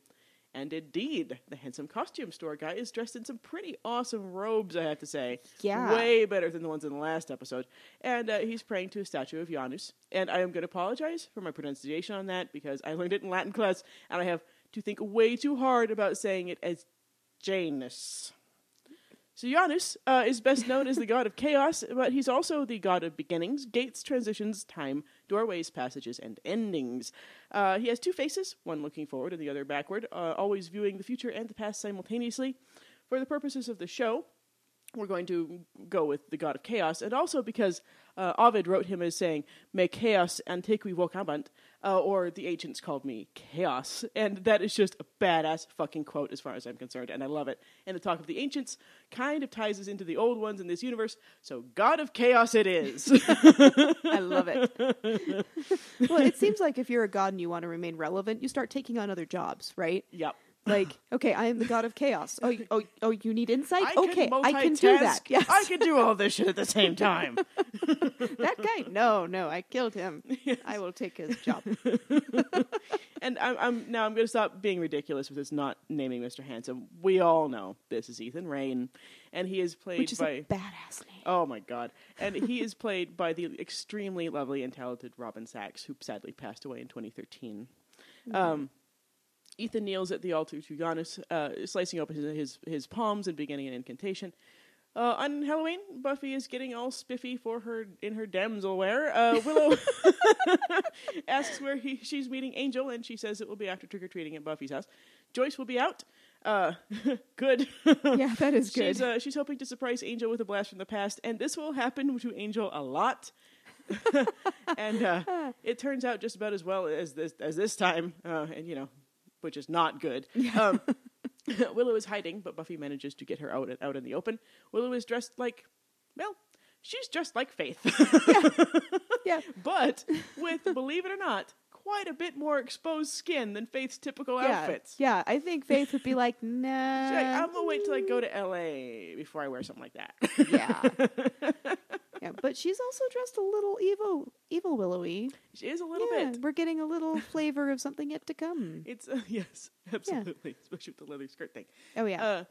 S2: And indeed, the handsome costume store guy is dressed in some pretty awesome robes, I have to say.
S1: Yeah.
S2: Way better than the ones in the last episode. And uh, he's praying to a statue of Janus. And I am going to apologize for my pronunciation on that because I learned it in Latin class and I have to think way too hard about saying it as Janus. So Janus uh, is best known as the god of chaos, but he's also the god of beginnings, gates, transitions, time, doorways, passages, and endings. Uh, he has two faces, one looking forward and the other backward, uh, always viewing the future and the past simultaneously. For the purposes of the show, we're going to go with the god of chaos, and also because uh, Ovid wrote him as saying, "Me chaos antiqui vocabant," uh, or the ancients called me chaos, and that is just a badass fucking quote as far as I'm concerned, and I love it. And the talk of the ancients kind of ties us into the old ones in this universe, so god of chaos it is.
S1: I love it. well, it seems like if you're a god and you want to remain relevant, you start taking on other jobs, right?
S2: yep.
S1: Like, okay, I am the god of chaos. Oh, you- oh, oh you need insight? okay, I can do
S2: multitask.
S1: that. Yes.
S2: I can do all this shit at the same time.
S1: that guy. No, no, I killed him. I will take his job.
S2: And I'm, I'm now I'm going to stop being ridiculous with this not naming Mr. Handsome. We all know this is Ethan Rain, and he is played
S1: Which is
S2: by
S1: a badass name.
S2: oh my god, and he is played by the extremely lovely and talented Robin Sachs, who sadly passed away in 2013. Um, Ethan kneels at the altar to Giannis, uh, slicing open his, his his palms and beginning an incantation. Uh, on Halloween, Buffy is getting all spiffy for her in her damselware. Uh, Willow asks where he, she's meeting Angel, and she says it will be after trick or treating at Buffy's house. Joyce will be out. Uh, good.
S1: Yeah, that is good.
S2: Oh. She's, uh, she's hoping to surprise Angel with a blast from the past, and this will happen to Angel a lot. and uh, it turns out just about as well as this as this time, uh, and you know, which is not good. Um, Willow is hiding, but Buffy manages to get her out out in the open. Willow is dressed like, well, she's dressed like Faith,
S1: yeah,
S2: but with believe it or not, quite a bit more exposed skin than Faith's typical
S1: yeah,
S2: outfits.
S1: yeah. I think Faith would be like,
S2: She's like,
S1: nah.
S2: I'm gonna wait till I go to LA before I wear something like that.
S1: yeah. yeah, but she's also dressed a little evil, evil willowy.
S2: she is a little
S1: yeah,
S2: bit.
S1: We're getting a little flavor of something yet to come.
S2: It's uh, yes, absolutely, especially with the leather skirt thing.
S1: Oh yeah.
S2: Uh,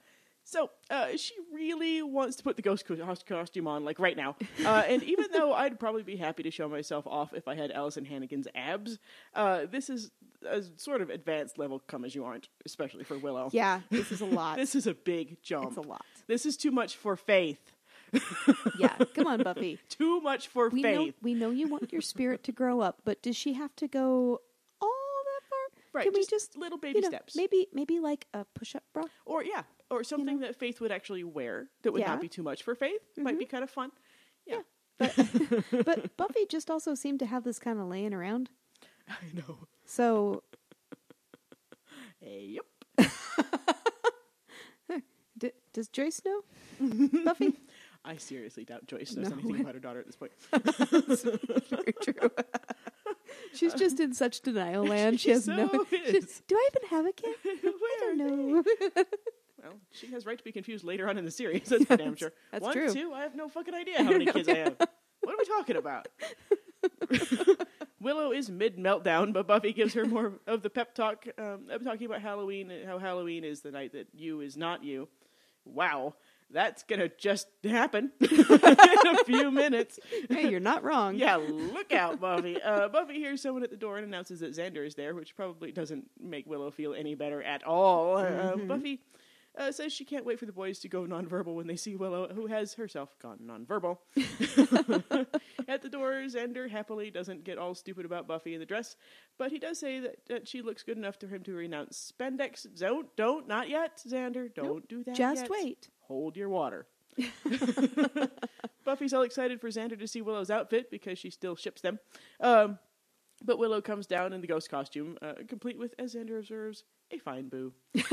S2: so uh, she really wants to put the ghost co- house costume on, like right now. Uh, and even though I'd probably be happy to show myself off if I had Allison Hannigan's abs, uh, this is a sort of advanced level. Come as you aren't, especially for Willow.
S1: yeah, this is a lot.
S2: this is a big jump.
S1: it's a lot.
S2: This is too much for Faith.
S1: Yeah, come on, Buffy.
S2: Too much for
S1: We know
S2: Faith.
S1: we know you want your spirit to grow up, but does she have to go all that far?
S2: Right,
S1: Can
S2: just
S1: we just
S2: little
S1: you
S2: baby
S1: know,
S2: steps.
S1: Maybe maybe like a push-up bra.
S2: or yeah, or something that Faith would actually wear that would
S1: Yeah. Mm-hmm.
S2: not be too much for Faith. Might be kind of fun. yeah.
S1: But Buffy just also seemed to have this kind of laying around.
S2: I know.
S1: So
S2: Yep.
S1: d- does Joyce know? Buffy,
S2: I seriously doubt Joyce knows
S1: No
S2: anything
S1: way.
S2: about her daughter at this point.
S1: very true. She's just in such denial land. She,
S2: She
S1: has no.
S2: so
S1: she-
S2: is.
S1: do I even have a kid? I
S2: Where?
S1: don't know.
S2: Well, she has right to be confused later on in the series. That's for damn sure.
S1: that's
S2: One,
S1: true.
S2: two, I have no fucking idea how many kids I have. What are we talking about? Willow is mid meltdown, but Buffy gives her more of the pep talk. Um, I'm talking about Halloween and how Halloween is the night that you is not you. Wow, that's gonna just happen in a few minutes.
S1: hey, you're not wrong.
S2: Yeah, look out, Buffy. Uh, Buffy hears someone at the door and announces
S1: Mm-hmm.
S2: that Xander is there, which probably doesn't make Willow feel any better at all. Uh, Buffy uh, says she can't wait for the boys to go nonverbal when they see Willow, who has herself gone nonverbal, at the doors. Ender happily doesn't get all stupid about Buffy and the dress, but he does say that, that she looks good enough for him to renounce spandex. Don't, don't, not yet, Xander. Don't do that.
S1: Just
S2: yet.
S1: wait.
S2: Hold your water. Buffy's all excited for Xander to see Willow's outfit because she still ships them. Um, but Willow comes down in the ghost costume, uh, complete with, as Xander observes, a fine boo.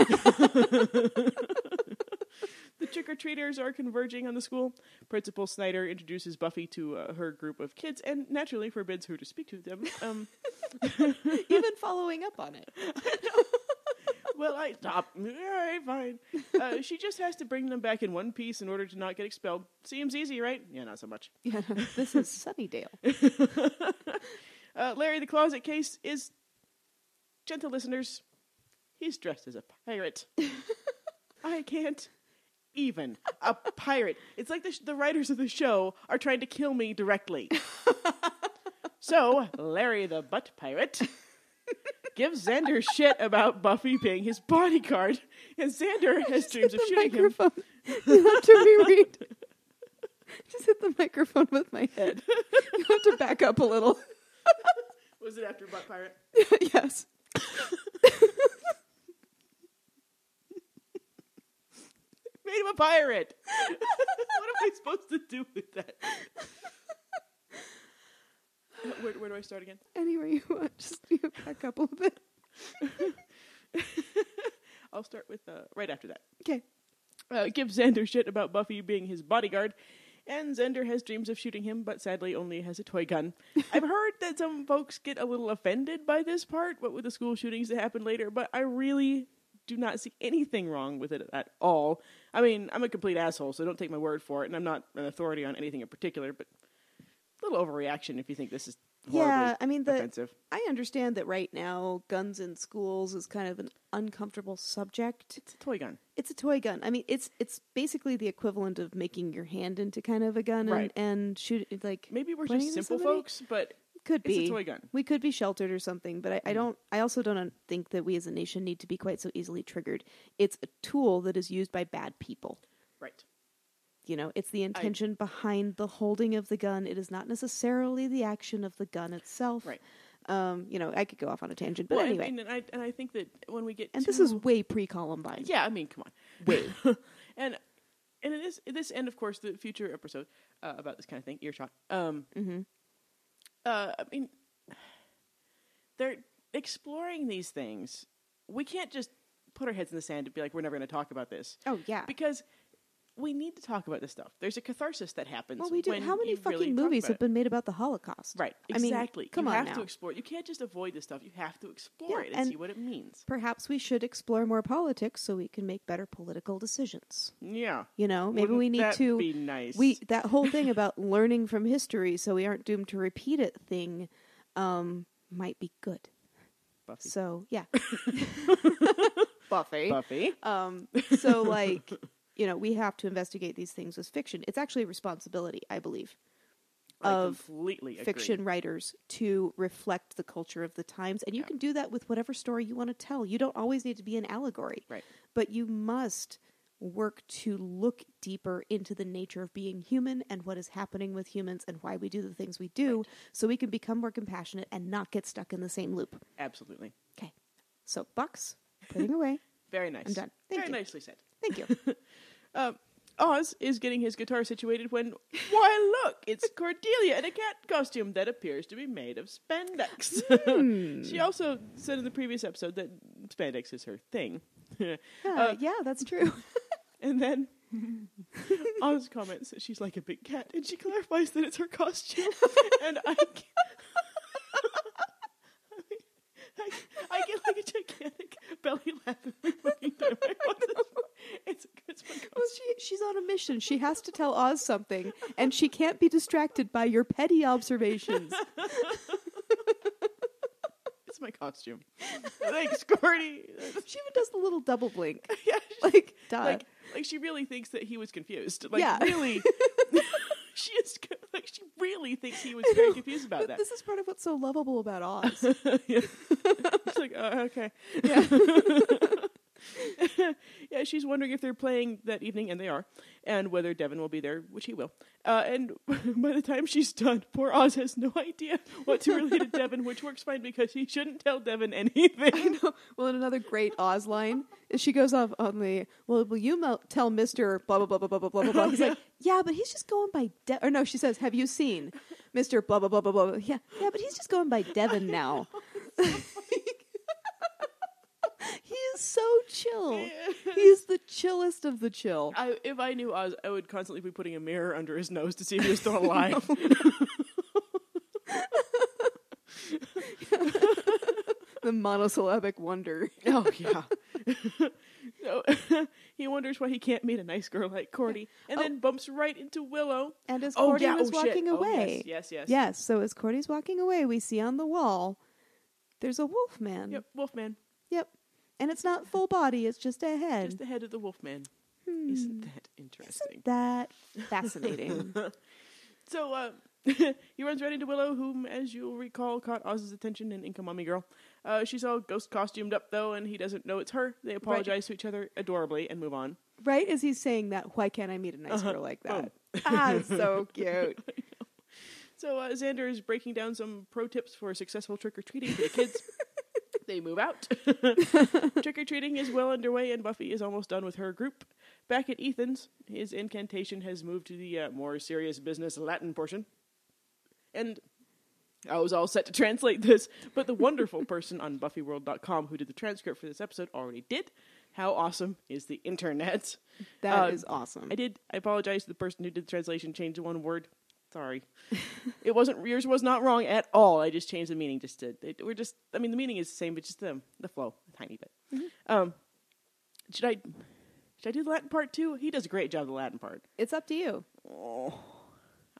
S2: the trick or treaters are converging on the school. Principal Snyder introduces Buffy to uh, her group of kids and naturally forbids her to speak to them. Um,
S1: Even following up on it.
S2: well, I stop. All right, fine. Uh, she just has to bring them back in one piece in order to not get expelled. Seems easy, right? Yeah, not so much.
S1: Yeah, this is Sunnydale.
S2: Uh, Larry the Closet Case is, gentle listeners, he's dressed as a pirate. I can't even. A pirate. It's like the, sh- the writers of the show are trying to kill me directly. so, Larry the Butt Pirate gives Xander shit about Buffy being his bodyguard, and Xander has dreams of
S1: the
S2: shooting him.
S1: microphone. You have to reread. Just hit the microphone with my head. You have to back up a little.
S2: Was it after Butt Pirate?
S1: yes.
S2: Made him a pirate! what am I supposed to do with that? Where, where do I start again?
S1: Anywhere you want, just you back up a little bit.
S2: I'll start with uh, right after that.
S1: Okay.
S2: Uh, gives Xander shit about Buffy being his bodyguard, and Xander has dreams of shooting him, but sadly only has a toy gun. I've heard that some folks get a little offended by this part, what with the school shootings that happen later, but I really do not see anything wrong with it at all. I mean, I'm a complete asshole, so don't take my word for it, and I'm not an authority on anything in particular, but a little overreaction if you think this is horribly
S1: Yeah, I mean the
S2: offensive.
S1: I understand that right now guns in schools is kind of an uncomfortable subject.
S2: It's a toy gun.
S1: It's a toy gun. I mean, it's it's basically the equivalent of making your hand into kind of a gun and,
S2: Right.
S1: and shoot like
S2: Maybe we're
S1: pointing
S2: just
S1: it at
S2: simple
S1: somebody?
S2: folks, but
S1: Could
S2: it's
S1: be
S2: a toy gun. Hmm.
S1: We could be sheltered or something, but I, I don't. I also don't un- think that we as a nation need to be quite so easily triggered. It's a tool that is used by bad people.
S2: Right.
S1: You know, it's the intention behind the holding of the gun. It is not necessarily the action of the gun itself.
S2: Right.
S1: Um, you know, I could go off on a tangent, but
S2: Well, and-
S1: anyway. And,
S2: and, and I and I think that when we get to,
S1: this is way pre Columbine.
S2: yeah, I mean, come on, wait, and and it is this and of course the future episode uh, about this kind of thing, earshot. Um,
S1: Mm-hmm.
S2: uh, I mean, they're exploring these things. We can't just put our heads in the sand and be like, we're never going to talk about this
S1: Oh yeah.
S2: because we need to talk about this stuff. There's a catharsis that happens.
S1: Well, we do.
S2: when
S1: How many
S2: you
S1: fucking
S2: really talk
S1: movies
S2: about
S1: have
S2: it.
S1: been made about the Holocaust?
S2: Right,
S1: I mean,
S2: exactly.
S1: come
S2: you
S1: on
S2: have
S1: now.
S2: to explore. You can't just avoid this stuff. You have to explore
S1: Yeah,
S2: it and see
S1: and-
S2: what it means.
S1: Perhaps we should explore more politics so we can make better political decisions.
S2: Yeah.
S1: You know, maybe
S2: Wouldn't
S1: we need
S2: that
S1: to
S2: be nice.
S1: We that whole thing about learning from history so we aren't doomed to repeat it thing um, might be good.
S2: Buffy.
S1: So yeah, Buffy.
S2: Buffy.
S1: Um, so like you know we have to investigate these things with fiction. It's actually a responsibility, I believe,
S2: I
S1: of
S2: completely agree.
S1: fiction writers to reflect the culture of the times, and you can do that with whatever story you want to tell. You don't always need to be an allegory
S2: Right.
S1: but you must work to look deeper into the nature of being human and what is happening with humans and why we do the things we do so we can become more compassionate and not get stuck in the same loop.
S2: Absolutely.
S1: Okay. So, bucks, putting away.
S2: Very nice.
S1: I'm done. Thank
S2: Very
S1: you.
S2: nicely said.
S1: Thank you.
S2: Um, Oz is getting his guitar situated when, why look, it's Cordelia in a cat costume that appears to be made of spandex.
S1: Hmm.
S2: she also said in the previous episode that spandex is her thing.
S1: Yeah,
S2: Uh,
S1: yeah, that's true.
S2: and then Oz comments that she's like a big cat, and she clarifies that it's her costume. and I, get- I, mean, I, I get like a gigantic belly laugh every fucking time I watch this. It's, it's my
S1: well, she, she's on a mission. She has to tell Oz something, and she can't be distracted by your petty observations.
S2: It's my costume. Thanks, Cordy.
S1: she even does the little double blink.
S2: yeah, she-
S1: Like, duh.
S2: like, like she really thinks that he was confused. Like,
S1: Yeah.
S2: really, she is co- like she really thinks he was very confused about
S1: But
S2: that.
S1: This is part of what's so lovable about Oz.
S2: Yeah. She's like, oh, okay.
S1: Yeah.
S2: yeah, she's wondering if they're playing that evening, and they are, and whether Devin will be there, which he will. Uh, and by the time she's done, poor Oz has no idea what to relay to Devin, which works fine because he shouldn't tell Devin
S1: I
S2: anything.
S1: know. Well, in another great Oz line, is she goes off on the, well, will you mel- tell Mr. blah, blah, blah, blah, blah, blah, blah, blah, blah. He's like, yeah, but he's just going by, De-. or no, she says, have you seen Mr. blah, blah, blah, blah, blah. blah." Yeah, yeah, but he's just going by Devin now. he is so chill. He is the chillest of the chill.
S2: I, if I knew Oz, I would constantly be putting a mirror under his nose to see if he was still alive.
S1: The monosyllabic wonder.
S2: Oh yeah. so he wonders why he can't meet a nice girl like Cordy, and then bumps right into Willow.
S1: And as
S2: Oh,
S1: Cordy
S2: yeah,
S1: was
S2: oh, shit.
S1: walking
S2: Oh,
S1: away,
S2: yes, yes, yes.
S1: Yes, so as Cordy's walking away, we see on the wall there's a wolf man.
S2: Yep, Wolfman,
S1: Yep. And it's not full body, it's just a head.
S2: just the head of the Wolfman.
S1: Hmm.
S2: Isn't that interesting?
S1: Isn't that fascinating?
S2: So uh, he runs right into Willow, whom, as you'll recall, caught Oz's attention in Inkamami Girl. Uh, she's all ghost costumed up though, and he doesn't know it's her. They apologize to each other adorably and move on.
S1: right as he's saying that, why can't I meet a nice girl like
S2: Boom.
S1: that? ah, so cute.
S2: So uh, Xander is breaking down some pro tips for successful trick or treating for the kids. they move out. trick or treating is well underway, and Buffy is almost done with her group. Back at Ethan's, his incantation has moved to the uh, more serious business Latin portion, and. I was all set to translate this, but the wonderful person on BuffyWorld.com who did the transcript for this episode already did. How awesome is the internet?
S1: That
S2: Uh,
S1: is awesome.
S2: I did. I apologize to the person who did the translation. Changed one word. Sorry, it wasn't yours. Was not wrong at all. I just changed the meaning. Just to it, we're just. I mean, the meaning is the same, but just the the flow a tiny bit.
S1: Mm-hmm.
S2: Um, should I should I do the Latin part too? He does a great job of the Latin part.
S1: It's up to you.
S2: Oh,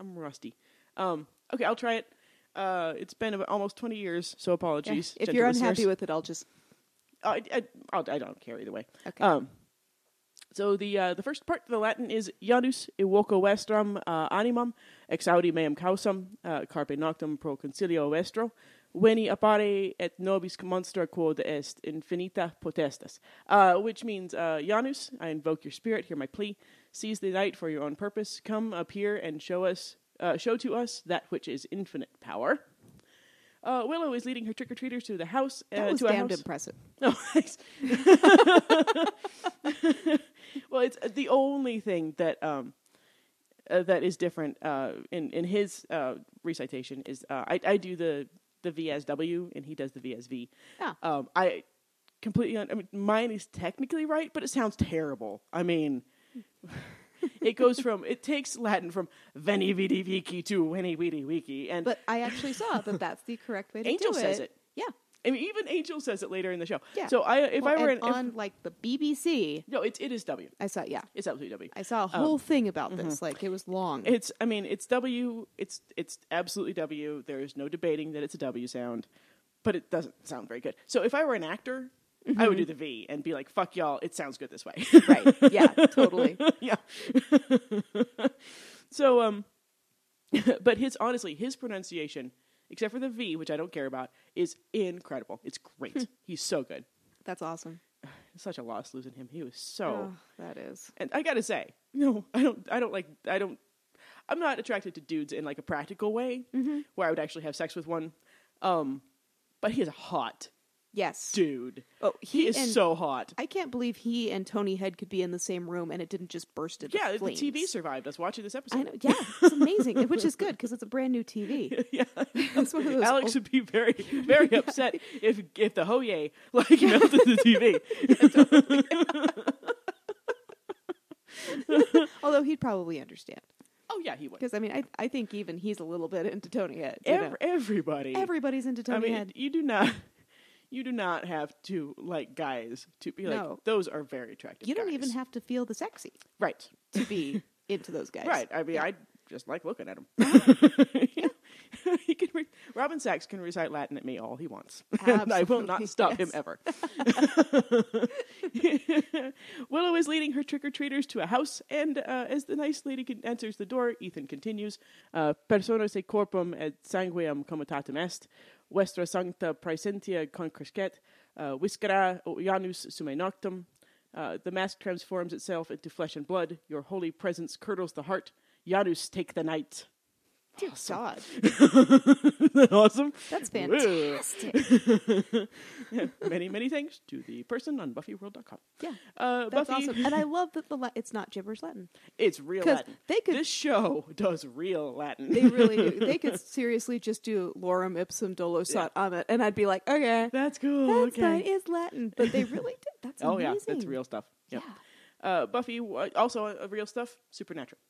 S2: I'm rusty. Um, okay, I'll try it. Uh, it's been about almost 20 years, so
S1: Yeah.
S2: apologies.
S1: If
S2: gentle
S1: you're
S2: listeners. Uh,
S1: unhappy with it, I'll just.
S2: I, I, I'll, I don't care either way.
S1: Okay.
S2: Um, so the uh, the first part of the Latin is Janus evoco vestram uh, animam exaudi meam causam uh, carpe noctem pro concilio vestro veni appare et nobis monstra quod est infinita potestas, uh, which means uh, Janus, I invoke your spirit, hear my plea, seize the night for your own purpose, come appear and show us, uh, show to us that which is infinite power. Uh, Willow is leading her trick or treaters to the house.
S1: That
S2: uh,
S1: was
S2: to a
S1: damned
S2: house.
S1: impressive.
S2: No, thanks. well, it's uh, the only thing that um, uh, that is different uh, in in his uh, recitation is uh, I, I do the the VSW and he does the VSV.
S1: Ah.
S2: Um, I completely. Un- I mean, mine is technically right, but it sounds terrible. I mean. it goes from it takes Latin from veni vidi vici to veni vidi wiki, and
S1: But I actually saw that that's the correct way to
S2: Angel
S1: do
S2: says it.
S1: Yeah.
S2: I mean, even Angel says it later in the show.
S1: Yeah.
S2: So I, if
S1: Well,
S2: I were
S1: and
S2: an, if-
S1: on like the BBC,
S2: no, it's it is W.
S1: I saw, yeah.
S2: It's absolutely W.
S1: I saw a whole thing about
S2: Mm-hmm.
S1: this. Like, it was long.
S2: It's I mean it's W. It's it's absolutely W. There is no debating that it's a W sound, but it doesn't sound very good. So if I were an actor, I would do the V and be like, "Fuck y'all, it sounds good this way."
S1: right. Yeah, totally.
S2: yeah. so um, but his honestly his pronunciation, except for the V, which I don't care about, is incredible. It's great. He's so good.
S1: That's awesome. Oh,
S2: It's such a loss losing him. He was so.
S1: that is.
S2: And I gotta say, no, I don't. I don't like. I don't. I'm not attracted to dudes in like a practical way,
S1: Mm-hmm.
S2: where I would actually have sex with one. Um, but he is a hot
S1: Yes.
S2: dude.
S1: Oh,
S2: He,
S1: he,
S2: is
S1: and,
S2: so hot.
S1: I can't believe he and Tony Head could be in the same room and it didn't just burst into
S2: yeah,
S1: flames.
S2: the TV survived us watching this episode.
S1: I know. Yeah, it's amazing, which is good because it's a brand new TV.
S2: Yeah,
S1: It's one of those old-
S2: Alex would be very, very upset if if the Hoye like melted the TV.
S1: although he'd probably understand
S2: Oh yeah, he would.
S1: because I mean, I I think even he's a little bit into Tony Head. you know.
S2: Ev- everybody,
S1: Everybody's into Tony
S2: I mean,
S1: Head.
S2: you do not, you do not have to like guys to be like
S1: No.
S2: those are very attractive.
S1: You don't even
S2: guys."
S1: have to feel the sexy
S2: right,
S1: to be into those guys.
S2: right. I mean, I just like looking at him. he can re- Robin Sachs can recite Latin at me all he wants, and I will
S1: Absolutely,
S2: not stop him
S1: yes.
S2: ever. Willow is leading her trick or treaters to a house, and uh, as the nice lady con- enters the door, Ethan continues uh, Persona se corpum et sanguem comitatum est, vestra sancta praesentia concrescet, uh, viscera Janus sume noctum, Uh, the mask transforms itself into flesh and blood. Your holy presence curdles the heart. Janus, take the night.
S1: Dear God,
S2: Isn't that awesome?
S1: that's
S2: Whoa.
S1: fantastic.
S2: many, many thanks to the person on BuffyWorld.com.
S1: yeah,
S2: Uh,
S1: that's
S2: Buffy,
S1: awesome. And I love that the la- it's not gibberish Latin
S2: it's real
S1: because
S2: Latin.
S1: they could
S2: This show does real Latin.
S1: they really do. they could seriously just do lorem ipsum dolo sat amet, and I'd be like, okay,
S2: that's cool.
S1: that's
S2: Oh, okay.
S1: fine. It's Latin, but they really did. That's
S2: Oh
S1: amazing.
S2: yeah, that's real stuff.
S1: Yeah.
S2: Yep. Uh, Buffy wa- also uh, real stuff. Supernatural.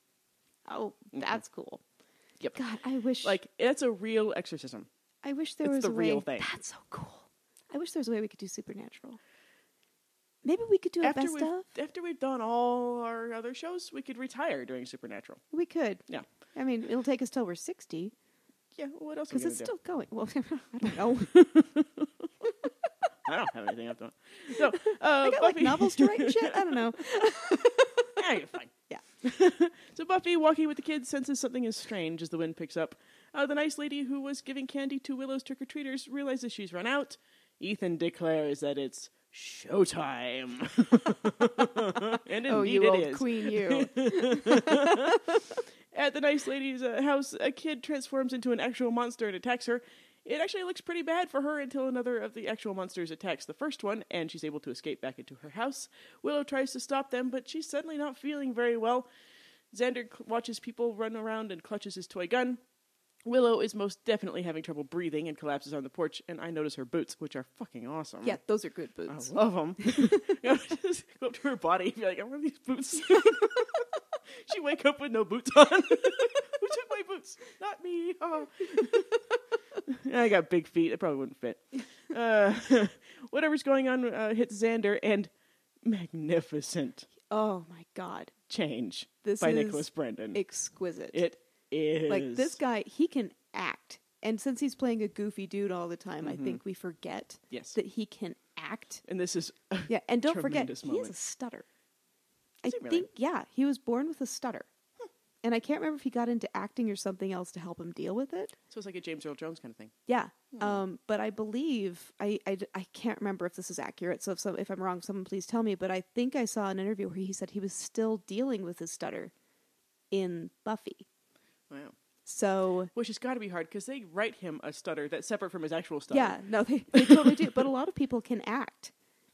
S1: Oh, that's cool.
S2: Yep.
S1: God, I wish
S2: Like it's a real exorcism.
S1: I wish there
S2: It's
S1: was a
S2: the
S1: way.
S2: real thing.
S1: That's so cool. I wish there was a way we could do supernatural. Maybe we could do a
S2: after
S1: best
S2: we've
S1: of.
S2: after we've done all our other shows, we could retire doing Supernatural.
S1: We could.
S2: Yeah.
S1: I mean, it'll take us till we're sixty
S2: Yeah. What else?
S1: because
S2: Because
S1: it's still going. Well, I don't know.
S2: I don't have anything up to. So uh,
S1: I got
S2: Buffy,
S1: like novels to write and shit. I don't know.
S2: Ah, you're fine.
S1: Yeah.
S2: so Buffy, walking with the kids, senses something is strange as the wind picks up. Uh, the nice lady who was giving candy to Willow's trick or treaters realizes she's run out. Ethan declares that it's showtime. and indeed
S1: oh, you
S2: it
S1: old
S2: is.
S1: queen, you.
S2: At the nice lady's uh, house, a kid transforms into an actual monster and attacks her. It actually looks pretty bad for her until another of the actual monsters attacks the first one, and she's able to escape back into her house. Willow tries to stop them, but she's suddenly not feeling very well. Xander cl- watches people run around and clutches his toy gun. Willow is most definitely having trouble breathing and collapses on the porch, and I notice her boots, which are fucking awesome.
S1: yeah, those are good
S2: I
S1: boots.
S2: love them. just go up to her body and be like, I want these boots. she wake up with no boots on. Who took my boots? Not me. Oh. I got big feet. It probably wouldn't fit. Uh, whatever's going on uh, hits Xander and magnificent
S1: Oh my god,
S2: change
S1: This
S2: by
S1: is
S2: Nicholas Brandon.
S1: exquisite.
S2: it is
S1: like this guy, he can act, and since he's playing a goofy dude all the time, I think we forget
S2: Mm-hmm. Yes,
S1: that he can act.
S2: and this is
S1: Yeah, and don't forget
S2: Tremendous
S1: he has a
S2: moment.
S1: stutter.
S2: Is
S1: I
S2: he really?
S1: think yeah, he was born with a stutter. And I can't remember if he got into acting or something else to help him deal with it.
S2: so it's like a James Earl Jones kind of thing.
S1: Yeah.
S2: Hmm.
S1: Um, but I believe I, I, d- I can't remember if this is accurate. So if some, if I'm wrong, someone please tell me. But I think I saw an interview where he said he was still dealing with his stutter in Buffy.
S2: Wow.
S1: So
S2: Which has got to be hard because they write him a stutter that's separate from his actual stutter.
S1: yeah, no, they, they totally do. But a lot of people can act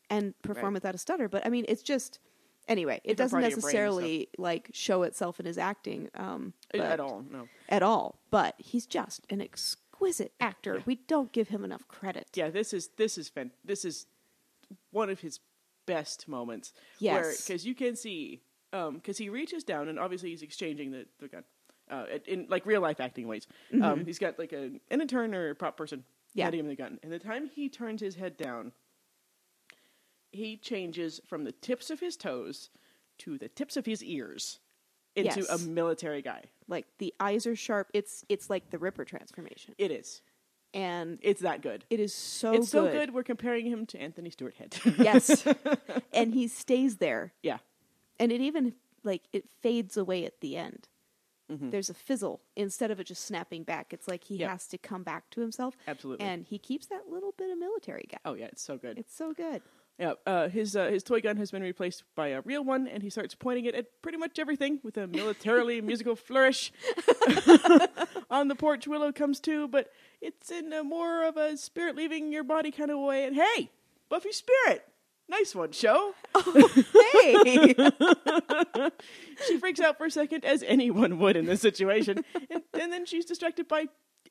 S1: and perform
S2: Right.
S1: without a stutter. But I mean, it's just anyway, it doesn't
S2: Different part of your brain and stuff.
S1: necessarily like show itself in his acting um,
S2: I-
S1: but-
S2: at all. No.
S1: at all. But he's just an exquisite actor. We don't give him enough credit.
S2: Yeah, this is this is fan- this is one of his best moments.
S1: Yes.
S2: because you can see because he reaches down and obviously he's exchanging the the gun uh, in- in like real life acting ways. Um, he's got like an an intern or a prop person
S1: Mm-hmm. Yeah.
S2: handing him the gun, and the time he turns his head down, he changes from the tips of his toes to the tips of his ears into
S1: Yes.
S2: a military guy.
S1: Like the eyes are sharp. It's it's like the Ripper transformation,
S2: It is.
S1: and
S2: It's that good.
S1: it is so
S2: it's so
S1: good.
S2: good. We're comparing him to Anthony Stewart Head.
S1: Yes, and he stays there,
S2: yeah.
S1: and it even like it fades away at the end. There's a fizzle instead of it just snapping back. It's like he
S2: Mm-hmm. Yep.
S1: has to come back to himself.
S2: Absolutely.
S1: and he keeps that little bit of military guy.
S2: Oh yeah, it's so good.
S1: It's so good.
S2: yeah, uh, his uh, his toy gun has been replaced by a real one, and he starts pointing it at pretty much everything with a militarily musical flourish. On the porch, Willow comes to, but it's in a more of a spirit leaving your body kind of way. And hey, Buffy Spirit, nice one, show.
S1: Hey,
S2: She freaks out for a second, as anyone would in this situation, and, and then she's distracted by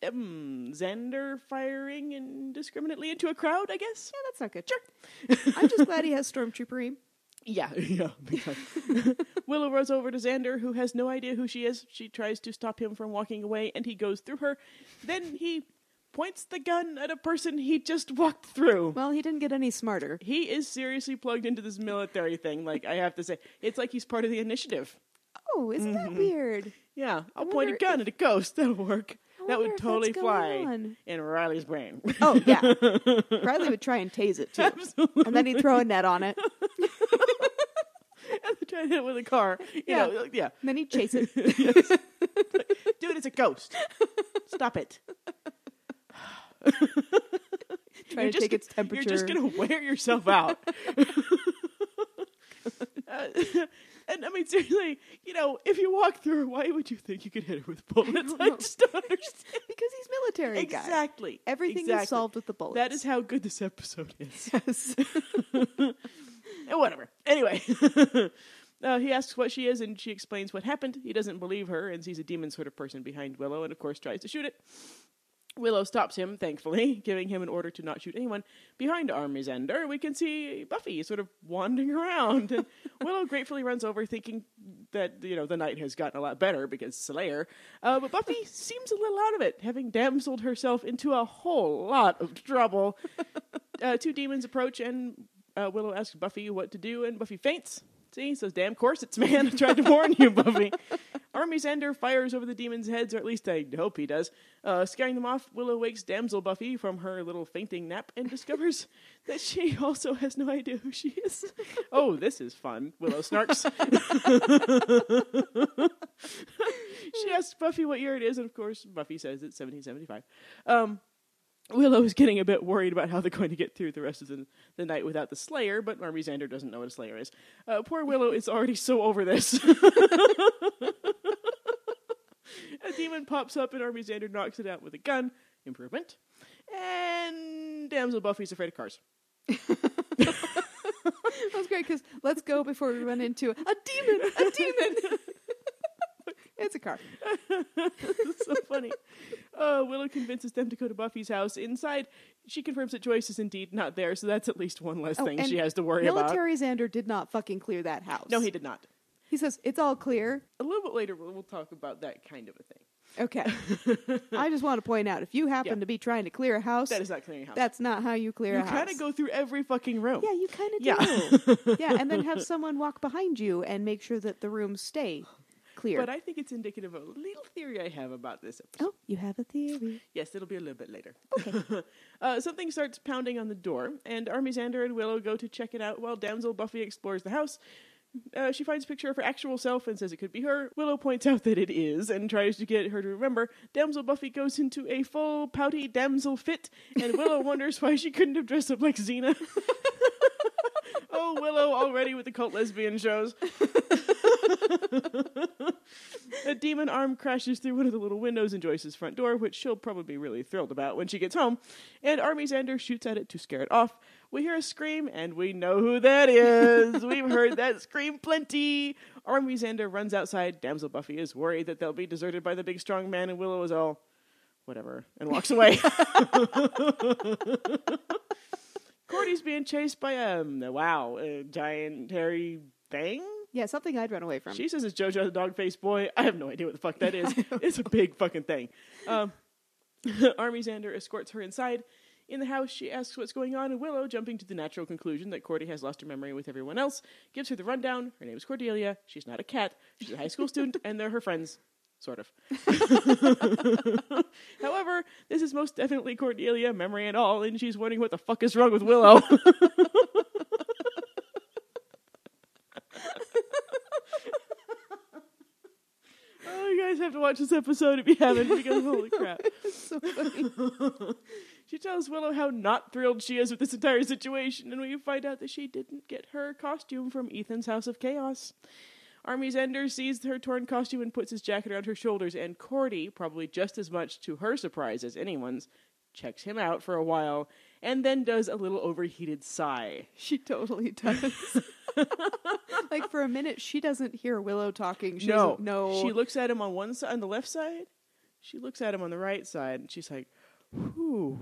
S2: um, Xander firing indiscriminately into a crowd. I guess.
S1: Yeah, that's not good. Sure. I'm just glad he has Stormtrooper aim.
S2: Yeah, yeah. big time. Willow runs over to Xander, who has no idea who she is. She tries to stop him from walking away, and he goes through her. Then he points the gun at a person he just walked through.
S1: Well, he didn't get any smarter.
S2: He is seriously plugged into this military thing. Like I have to say, it's like he's part of the initiative.
S1: Oh, isn't that
S2: Mm-hmm.
S1: weird?
S2: Yeah,
S1: I
S2: I'll point a
S1: wonder
S2: gun at a ghost. That'll work.
S1: I wonder
S2: That would
S1: if that's
S2: totally
S1: going
S2: fly
S1: on.
S2: in Riley's brain.
S1: Oh yeah, Riley would try and tase it too,
S2: Absolutely.
S1: and then he'd throw a net on it, and
S2: Try to hit it with a car. You
S1: Yeah.
S2: know, like, yeah.
S1: then he'd chase it.
S2: Dude, it's a ghost. Stop it.
S1: Try to take its temperature.
S2: You're just gonna wear yourself out. Uh, and I mean, seriously, you know, if you walk through her, why would you think you could hit her with bullets? I,
S1: know.
S2: just don't understand.
S1: because he's military guy.
S2: exactly.
S1: Everything
S2: exactly.
S1: is solved with the bullets.
S2: That is how good this episode is.
S1: yes.
S2: Eh, Whatever. Anyway, uh, he asks what she is, and she explains what happened. He doesn't believe her and sees a demon sort of person behind Willow, and of course tries to shoot it. Willow stops him, thankfully, giving him an order to not shoot anyone. Behind Army's Ender, we can see Buffy sort of wandering around. And Willow gratefully runs over, thinking that you know the night has gotten a lot better because Slayer. Uh, but Buffy seems a little out of it, having damseled herself into a whole lot of trouble. uh, two demons approach, and uh, Willow asks Buffy what to do, and Buffy faints. See, says, "Damn course it's man. I tried to warn you, Buffy." Army's Ender fires over the demons' heads, or at least I hope he does. Uh, scaring them off, Willow wakes damsel Buffy from her little fainting nap and discovers that she also has no idea who she is. oh, this is fun. Willow snarks. she asks Buffy what year it is, and of course, Buffy says it's 1775. Um, Willow is getting a bit worried about how they're going to get through the rest of the, the night without the Slayer, but Army Xander doesn't know what a Slayer is. Uh, poor Willow is already so over this. a demon pops up, and Army Xander knocks it out with a gun. Improvement. And damsel Buffy's afraid of cars.
S1: That was great because let's go before we run into a demon, a demon. it's a car.
S2: It's so funny. Uh, Willow convinces them to go to Buffy's house. Inside, she confirms that Joyce is indeed not there, so that's at least one less
S1: Oh,
S2: thing
S1: and
S2: she has to worry about.
S1: Military Xander did not fucking clear that house.
S2: No, he did not.
S1: He says it's all clear.
S2: A little bit later, we'll we'll talk about that kind of a thing.
S1: Okay. I just want to point out if you happen
S2: Yeah.
S1: to be trying to clear a house,
S2: That is not clearing a house.
S1: that's not how you clear
S2: you
S1: a house.
S2: kind of go through every fucking room.
S1: Yeah, you kind of
S2: Oh. Yeah.
S1: do. yeah, and then have someone walk behind you and make sure that the rooms stay clear.
S2: But I think it's indicative of a little theory I have about this episode.
S1: oh, you have a theory.
S2: Yes, it'll be a little bit later. uh, something starts pounding on the door, and Army Xander and Willow go to check it out while Damsel Buffy explores the house. Uh, she finds a picture of her actual self and says it could be her. Willow points out that it is and tries to get her to remember. Damsel Buffy goes into a full pouty damsel fit, and Willow wonders why she couldn't have dressed up like Xena. oh, Willow, already with the cult lesbian shows. A demon arm crashes through one of the little windows in Joyce's front door, which she'll probably be really thrilled about when she gets home. And Army Xander shoots at it to scare it off. We hear a scream, and we know who that is. We've heard that scream plenty. Army Xander runs outside. Damsel Buffy is worried that they'll be deserted by the big strong man, and Willow is all, whatever, and walks away. Cordy's being chased by um, wow, a giant hairy thing.
S1: Yeah, something I'd run away from.
S2: She says it's JoJo the dog faced boy. I have no idea what the fuck that is. it's a big fucking thing. Um, Army Xander escorts her inside. In the house, she asks what's going on, and Willow, jumping to the natural conclusion that Cordy has lost her memory with everyone else, gives her the rundown. Her name is Cordelia. She's not a cat. She's a high school student, and they're her friends. Sort of. However, this is most definitely Cordelia, memory and all, and she's wondering what the fuck is wrong with Willow. oh, you guys have to watch this episode if you haven't, because holy crap.
S1: It's so funny.
S2: She tells Willow how not thrilled she is with this entire situation, and we find out that she didn't get her costume from Ethan's House of Chaos. Army's Ender sees her torn costume and puts his jacket around her shoulders, and Cordy, probably just as much to her surprise as anyone's, checks him out for a while and then does a little overheated sigh.
S1: she totally does. like for a minute, she doesn't hear Willow talking. She doesn't know.
S2: She looks at him on one side, on the left side. She looks at him on the right side, and she's like, "Whew."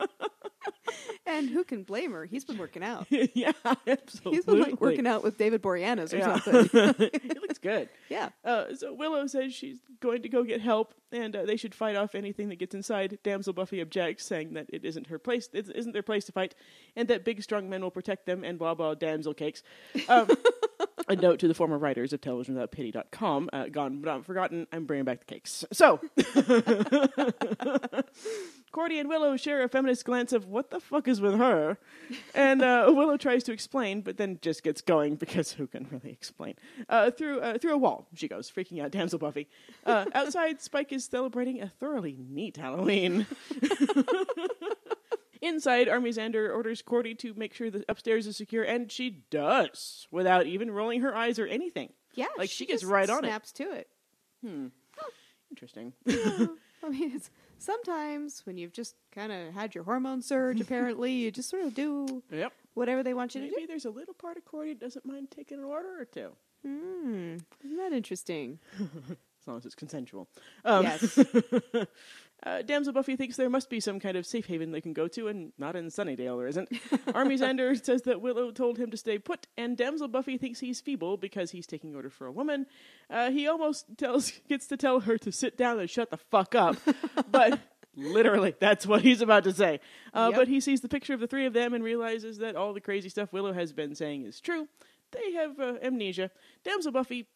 S1: and who can blame her? He's been working out.
S2: yeah, absolutely.
S1: He's been like working out with David Boreanaz or
S2: Yeah.
S1: something.
S2: it looks good.
S1: Yeah.
S2: Uh, so Willow says she's going to go get help, and uh, they should fight off anything that gets inside. Damsel Buffy objects, saying that it isn't her place, it isn't their place to fight, and that big strong men will protect them. And blah blah damsel cakes. Um, a note to the former writers of televisionwithoutpity.com, uh, gone but not forgotten. I'm bringing back the cakes. So, Cordy and Willow share a feminist glance of what the fuck is with her, and uh, Willow tries to explain, but then just gets going because who can really explain? Uh, through uh, through a wall, she goes, freaking out damsel Buffy. Uh, outside, Spike is celebrating a thoroughly neat Halloween. Inside, Armisander orders Cordy to make sure the upstairs is secure, and she does without even rolling her eyes or anything.
S1: Yeah,
S2: Like, she gets right on it.
S1: snaps to it.
S2: Interesting.
S1: I mean, it's, sometimes when you've just kind of had your hormone surge, apparently you just sort of do
S2: yep.
S1: whatever they want you to do.
S2: Maybe there's a little part of Cordy that doesn't mind taking an order or two,
S1: Hmm, isn't that interesting?
S2: as long as it's consensual. Um,
S1: yes.
S2: Uh, Damsel Buffy thinks there must be some kind of safe haven they can go to, and not in Sunnydale there isn't. Armisander says that Willow told him to stay put, and Damsel Buffy thinks he's feeble because he's taking order for a woman. Uh, he almost tells gets to tell her to sit down and shut the fuck up, but literally that's what he's about to say. Uh,
S1: Yep.
S2: But he sees the picture of the three of them and realizes that all the crazy stuff Willow has been saying is true. They have uh, amnesia. Damsel Buffy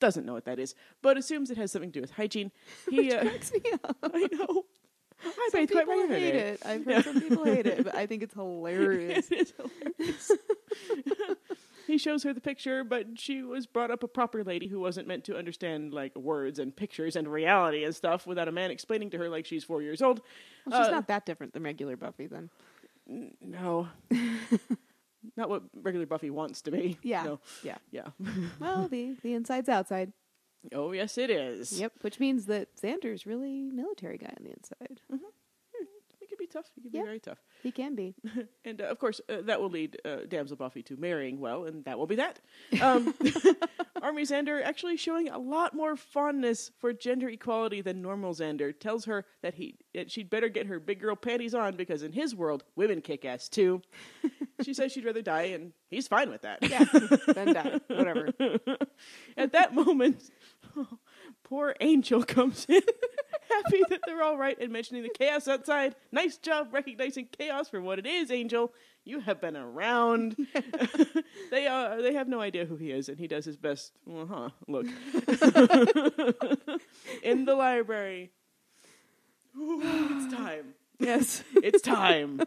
S2: doesn't know what that is, but assumes it has something to do with hygiene. He
S1: Which
S2: uh,
S1: cracks me up.
S2: I know. I
S1: Some
S2: bathe quite
S1: people
S2: regularly.
S1: hate it. I've heard some people hate it, but I think it's hilarious.
S2: It is hilarious. he shows her the picture, but she was brought up a proper lady who wasn't meant to understand like words and pictures and reality and stuff without a man explaining to her like she's four years old.
S1: Well, she's
S2: Uh,
S1: not that different than regular Buffy, then.
S2: No. Not what regular Buffy wants to be.
S1: Yeah.
S2: No.
S1: Yeah.
S2: Yeah.
S1: Well, the, the inside's outside.
S2: Oh yes it is.
S1: Yep. Which means that Xander's really military guy on the inside.
S2: It could be tough. It could
S1: Yeah.
S2: be very tough.
S1: He can be.
S2: And uh, of course, uh, that will lead uh, Damsel Buffy to marrying well, and that will be that. Um, Army Xander, actually showing a lot more fondness for gender equality than normal Xander, tells her that he that she'd better get her big girl panties on because in his world, women kick ass too. she says she'd rather die, and he's fine with that.
S1: Yeah. then die. Whatever.
S2: At that moment, poor Angel comes in, happy that they're all right and mentioning the chaos outside. Nice job recognizing chaos for what it is, Angel. You have been around. they uh, they have no idea who he is, and he does his best. Uh huh. Look in the library. Ooh, it's time.
S1: Yes.
S2: It's time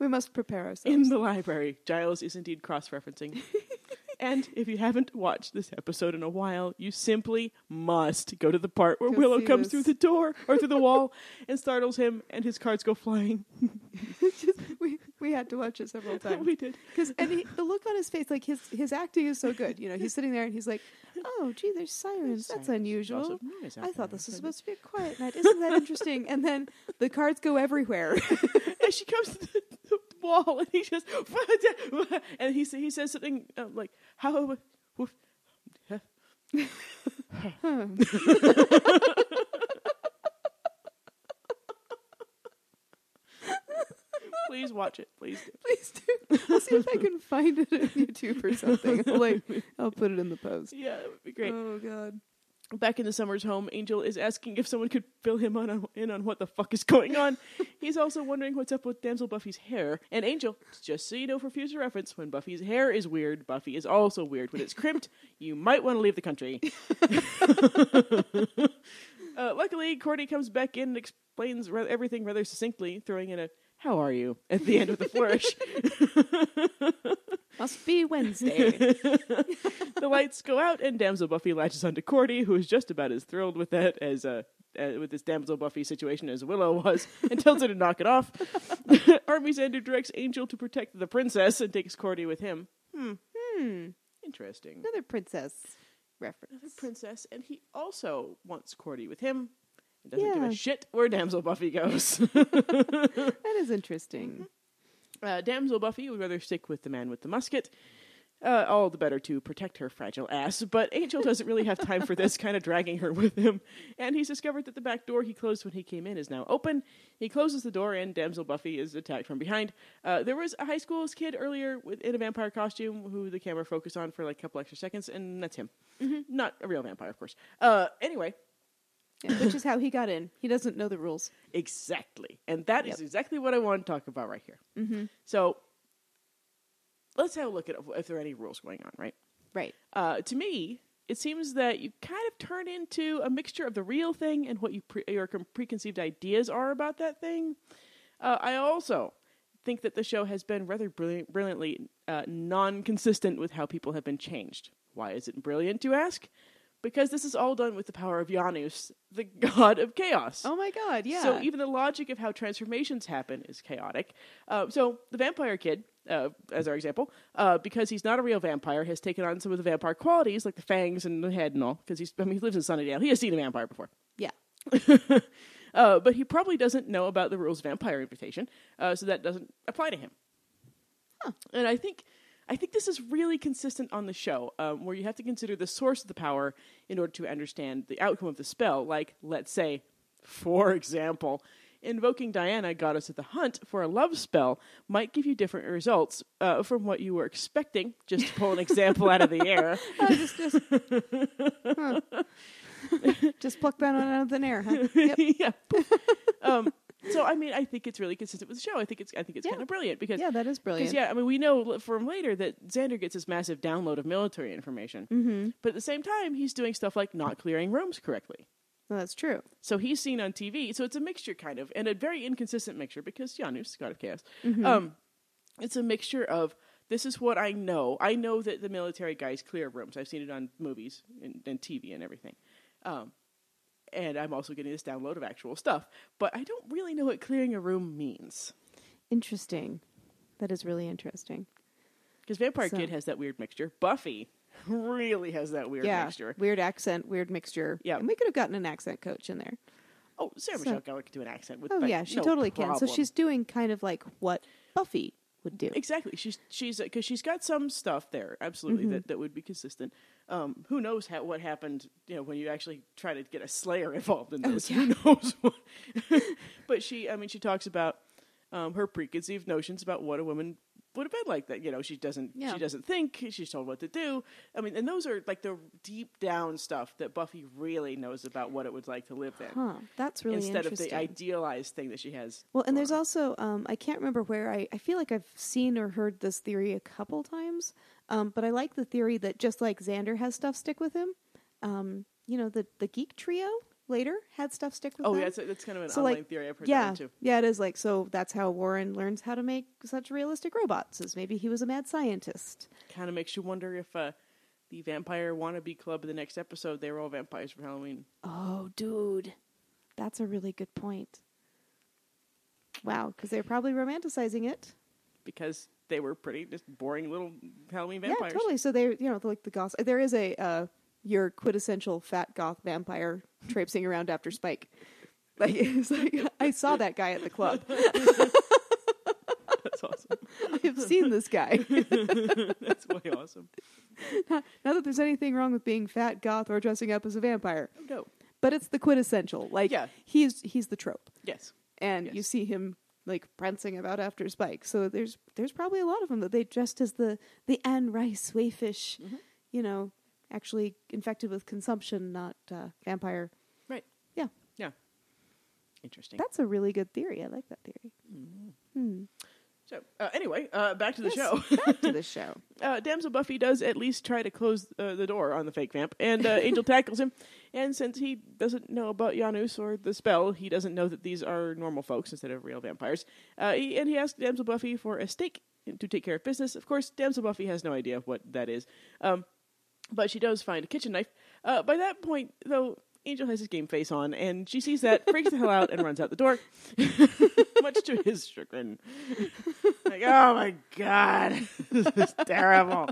S1: We must prepare ourselves.
S2: in the library. Giles is indeed cross referencing. and if you haven't watched this episode in a while, you simply must go to the part where
S1: Go
S2: Willow
S1: see
S2: comes
S1: this.
S2: through the door or through the wall and startles him, and his cards go flying.
S1: Just- we, we had to watch it several times.
S2: we did.
S1: Because and he, the look on his face, like his his acting is so good. You know, he's sitting there and he's like, "Oh, gee, there's sirens. That's unusual. I thought this was supposed to be a quiet night. Isn't that interesting?" And then the cards go everywhere.
S2: and she comes to the, the wall and he just and he sa- he says something um, like how woof, huh." please watch it please do.
S1: Please do. I'll see if I can find it on YouTube or something. I'll, like, I'll put it in the post.
S2: yeah that would be great
S1: Oh God.
S2: back in the summer's home angel is asking if someone could fill him on, on in on what the fuck is going on he's also wondering what's up with damsel buffy's hair and angel just so you know for future reference when buffy's hair is weird buffy is also weird when it's crimped you might want to leave the country uh, luckily cordy comes back in and explains ra- everything rather succinctly throwing in a how are you at the end of the flourish
S1: Must be Wednesday.
S2: the lights go out, and damsel Buffy latches onto Cordy, who is just about as thrilled with that as uh, uh, with this damsel Buffy situation as Willow was, and tells her to knock it off. Army Xander directs Angel to protect the princess and takes Cordy with him.
S1: hmm.
S2: Interesting.
S1: Another princess reference.
S2: The princess, and he also wants Cordy with him. He doesn't give
S1: Yeah.
S2: a shit where damsel Buffy goes.
S1: That is interesting.
S2: Uh, damsel Buffy would rather stick with the man with the musket. Uh, all the better to protect her fragile ass, but Angel doesn't really have time for this, kind of dragging her with him. And he's discovered that the back door he closed when he came in is now open. He closes the door, and Damsel Buffy is attacked from behind. Uh, there was a high school kid earlier with, in a vampire costume who the camera focused on for like a couple extra seconds, and that's him. Not a real vampire, of course. Uh, anyway,
S1: Yeah, which is how he got in. He doesn't know the rules.
S2: Exactly. And that is
S1: Yep.
S2: exactly what I want to talk about right here. Mm-hmm. So let's have a look at if there are any rules going on, right?
S1: Right.
S2: Uh, to me, it seems that you kind of turn into a mixture of the real thing and what you pre- your con- preconceived ideas are about that thing. Uh, I also think that the show has been rather brilliant, brilliantly uh, non consistent with how people have been changed. Why is it brilliant, you ask? because this is all done with the power of Janus, the god of chaos.
S1: Oh my god, yeah.
S2: So even the logic of how transformations happen is chaotic. Uh, so the vampire kid, uh, as our example, uh, because he's not a real vampire, has taken on some of the vampire qualities like the fangs and the head and all. Because he's, I mean, he lives in Sunnydale. He has seen a vampire before.
S1: yeah.
S2: Uh, but he probably doesn't know about the rules of vampire invitation, uh, so that doesn't apply to him. And I think, I think this is really consistent on the show, um, where you have to consider the source of the power in order to understand the outcome of the spell. Like, let's say, for example, invoking Diana, goddess of the hunt, for a love spell might give you different results uh, from what you were expecting. Just to pull an example out of the air.
S1: Oh, just just Huh. just pluck that one out of thin air, huh? Yep.
S2: yeah. um, so I mean, I think it's really consistent with the show. I think it's I think it's
S1: Yeah.
S2: kind of brilliant because
S1: Yeah, that is
S2: because
S1: brilliant.
S2: yeah, I mean, we know l- from later that Xander gets this massive download of military information, mm-hmm. but at the same time, he's doing stuff like not clearing rooms correctly.
S1: Well, that's true.
S2: So he's seen on TV. So it's a mixture, kind of, and a very inconsistent mixture because Janus, God of Chaos,
S1: Mm-hmm.
S2: um, it's a mixture of this is what I know. I know that the military guys clear rooms. I've seen it on movies and, and TV and everything. Um, and I'm also getting this download of actual stuff, but I don't really know what clearing a room means
S1: Interesting. That is really interesting.
S2: because Vampire
S1: So-
S2: Kid has that weird mixture. Buffy really has that weird
S1: yeah.
S2: mixture.
S1: Weird accent, weird mixture.
S2: Yeah.
S1: And we could have gotten an accent coach in there.
S2: Oh, Sarah
S1: So-
S2: Michelle Gellar can do an accent with.
S1: Oh
S2: like,
S1: yeah, she
S2: no
S1: totally can. So
S2: problem.
S1: she's doing kind of like what Buffy would do.
S2: Exactly. She's she's because she's got some stuff there, absolutely
S1: Mm-hmm.
S2: that, that would be consistent. Um, who knows how, what happened? You know, when you actually try to get a Slayer involved
S1: Oh,
S2: in this, who knows? What? but she, I mean, she talks about um, her preconceived notions about what a woman would have been like. That you know, she doesn't
S1: Yeah.
S2: she doesn't think. She's told what to do. I mean, and those are like the deep down stuff that Buffy really knows about what it was like to live then,
S1: Huh. That's really
S2: instead of
S1: interesting.
S2: the idealized thing that she has.
S1: Well, and
S2: for
S1: there's
S2: her.
S1: also um, I can't remember where I, I feel like I've seen or heard this theory a couple times, um, but I like the theory that just like Xander has stuff stick with him, um, you know the the geek trio later had stuff stick with
S2: oh
S1: them.
S2: yeah, that's, that's kind of an
S1: So,
S2: online
S1: like,
S2: theory. I've heard that
S1: yeah,
S2: one too.
S1: yeah, it is like so. That's how Warren learns how to make such realistic robots. Is maybe he was a mad scientist.
S2: kind of makes you wonder if uh, the vampire wannabe club in the next episode they were all vampires from Halloween.
S1: Oh, dude, that's a really good point. Wow, because they're probably romanticizing it.
S2: because they were pretty just boring little Halloween
S1: Yeah,
S2: vampires.
S1: totally. So they, you know, like the goth. There is a uh, your quintessential fat goth vampire traipsing around after Spike. Like, it's like I saw that guy at the club.
S2: That's awesome.
S1: I've seen this guy.
S2: That's way awesome.
S1: not, not that there's anything wrong with being fat goth or dressing up as a vampire,
S2: Oh, no.
S1: but it's the quintessential. Like
S2: Yeah.
S1: he's he's the trope,
S2: Yes.
S1: and you
S2: Yes.
S1: see him like prancing about after Spike. So there's there's probably a lot of them that they dressed as the the Anne Rice wayfish,
S2: Mm-hmm.
S1: you know, actually infected with consumption, not uh, vampire.
S2: Right.
S1: Yeah,
S2: Yeah. Interesting.
S1: that's a really good theory. I like that theory. Hmm.
S2: so, uh, anyway, uh, back Mm-hmm. to the
S1: Yes,
S2: show.
S1: Back to the show.
S2: Uh, Damsel Buffy does at least try to close uh, the door on the fake vamp, and uh, Angel tackles him. And since he doesn't know about Janus or the spell, he doesn't know that these are normal folks instead of real vampires. Uh, he, and he asks Damsel Buffy for a stake to take care of business. Of course, Damsel Buffy has no idea what that is, um, but she does find a kitchen knife. Uh, by that point, though, Angel has his game face on, and she sees that, freaks the hell out, and runs out the door, much to his chagrin. Like, oh my god, this is terrible.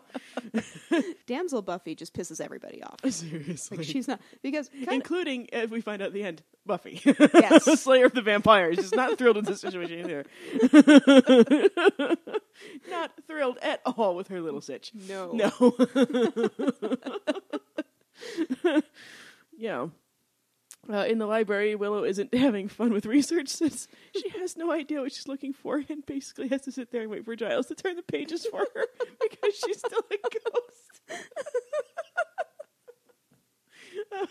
S1: Damsel Buffy just pisses everybody off.
S2: Seriously.
S1: Like she's not because kind of,
S2: Including, if we find out at the end, Buffy.
S1: yes,
S2: Slayer of the Vampires is not thrilled with this situation either. not thrilled at all with her little sitch.
S1: no,
S2: No. yeah. Uh, in the library, Willow isn't having fun with research since she has no idea what she's looking for and basically has to sit there and wait for Giles to turn the pages for her because she's still a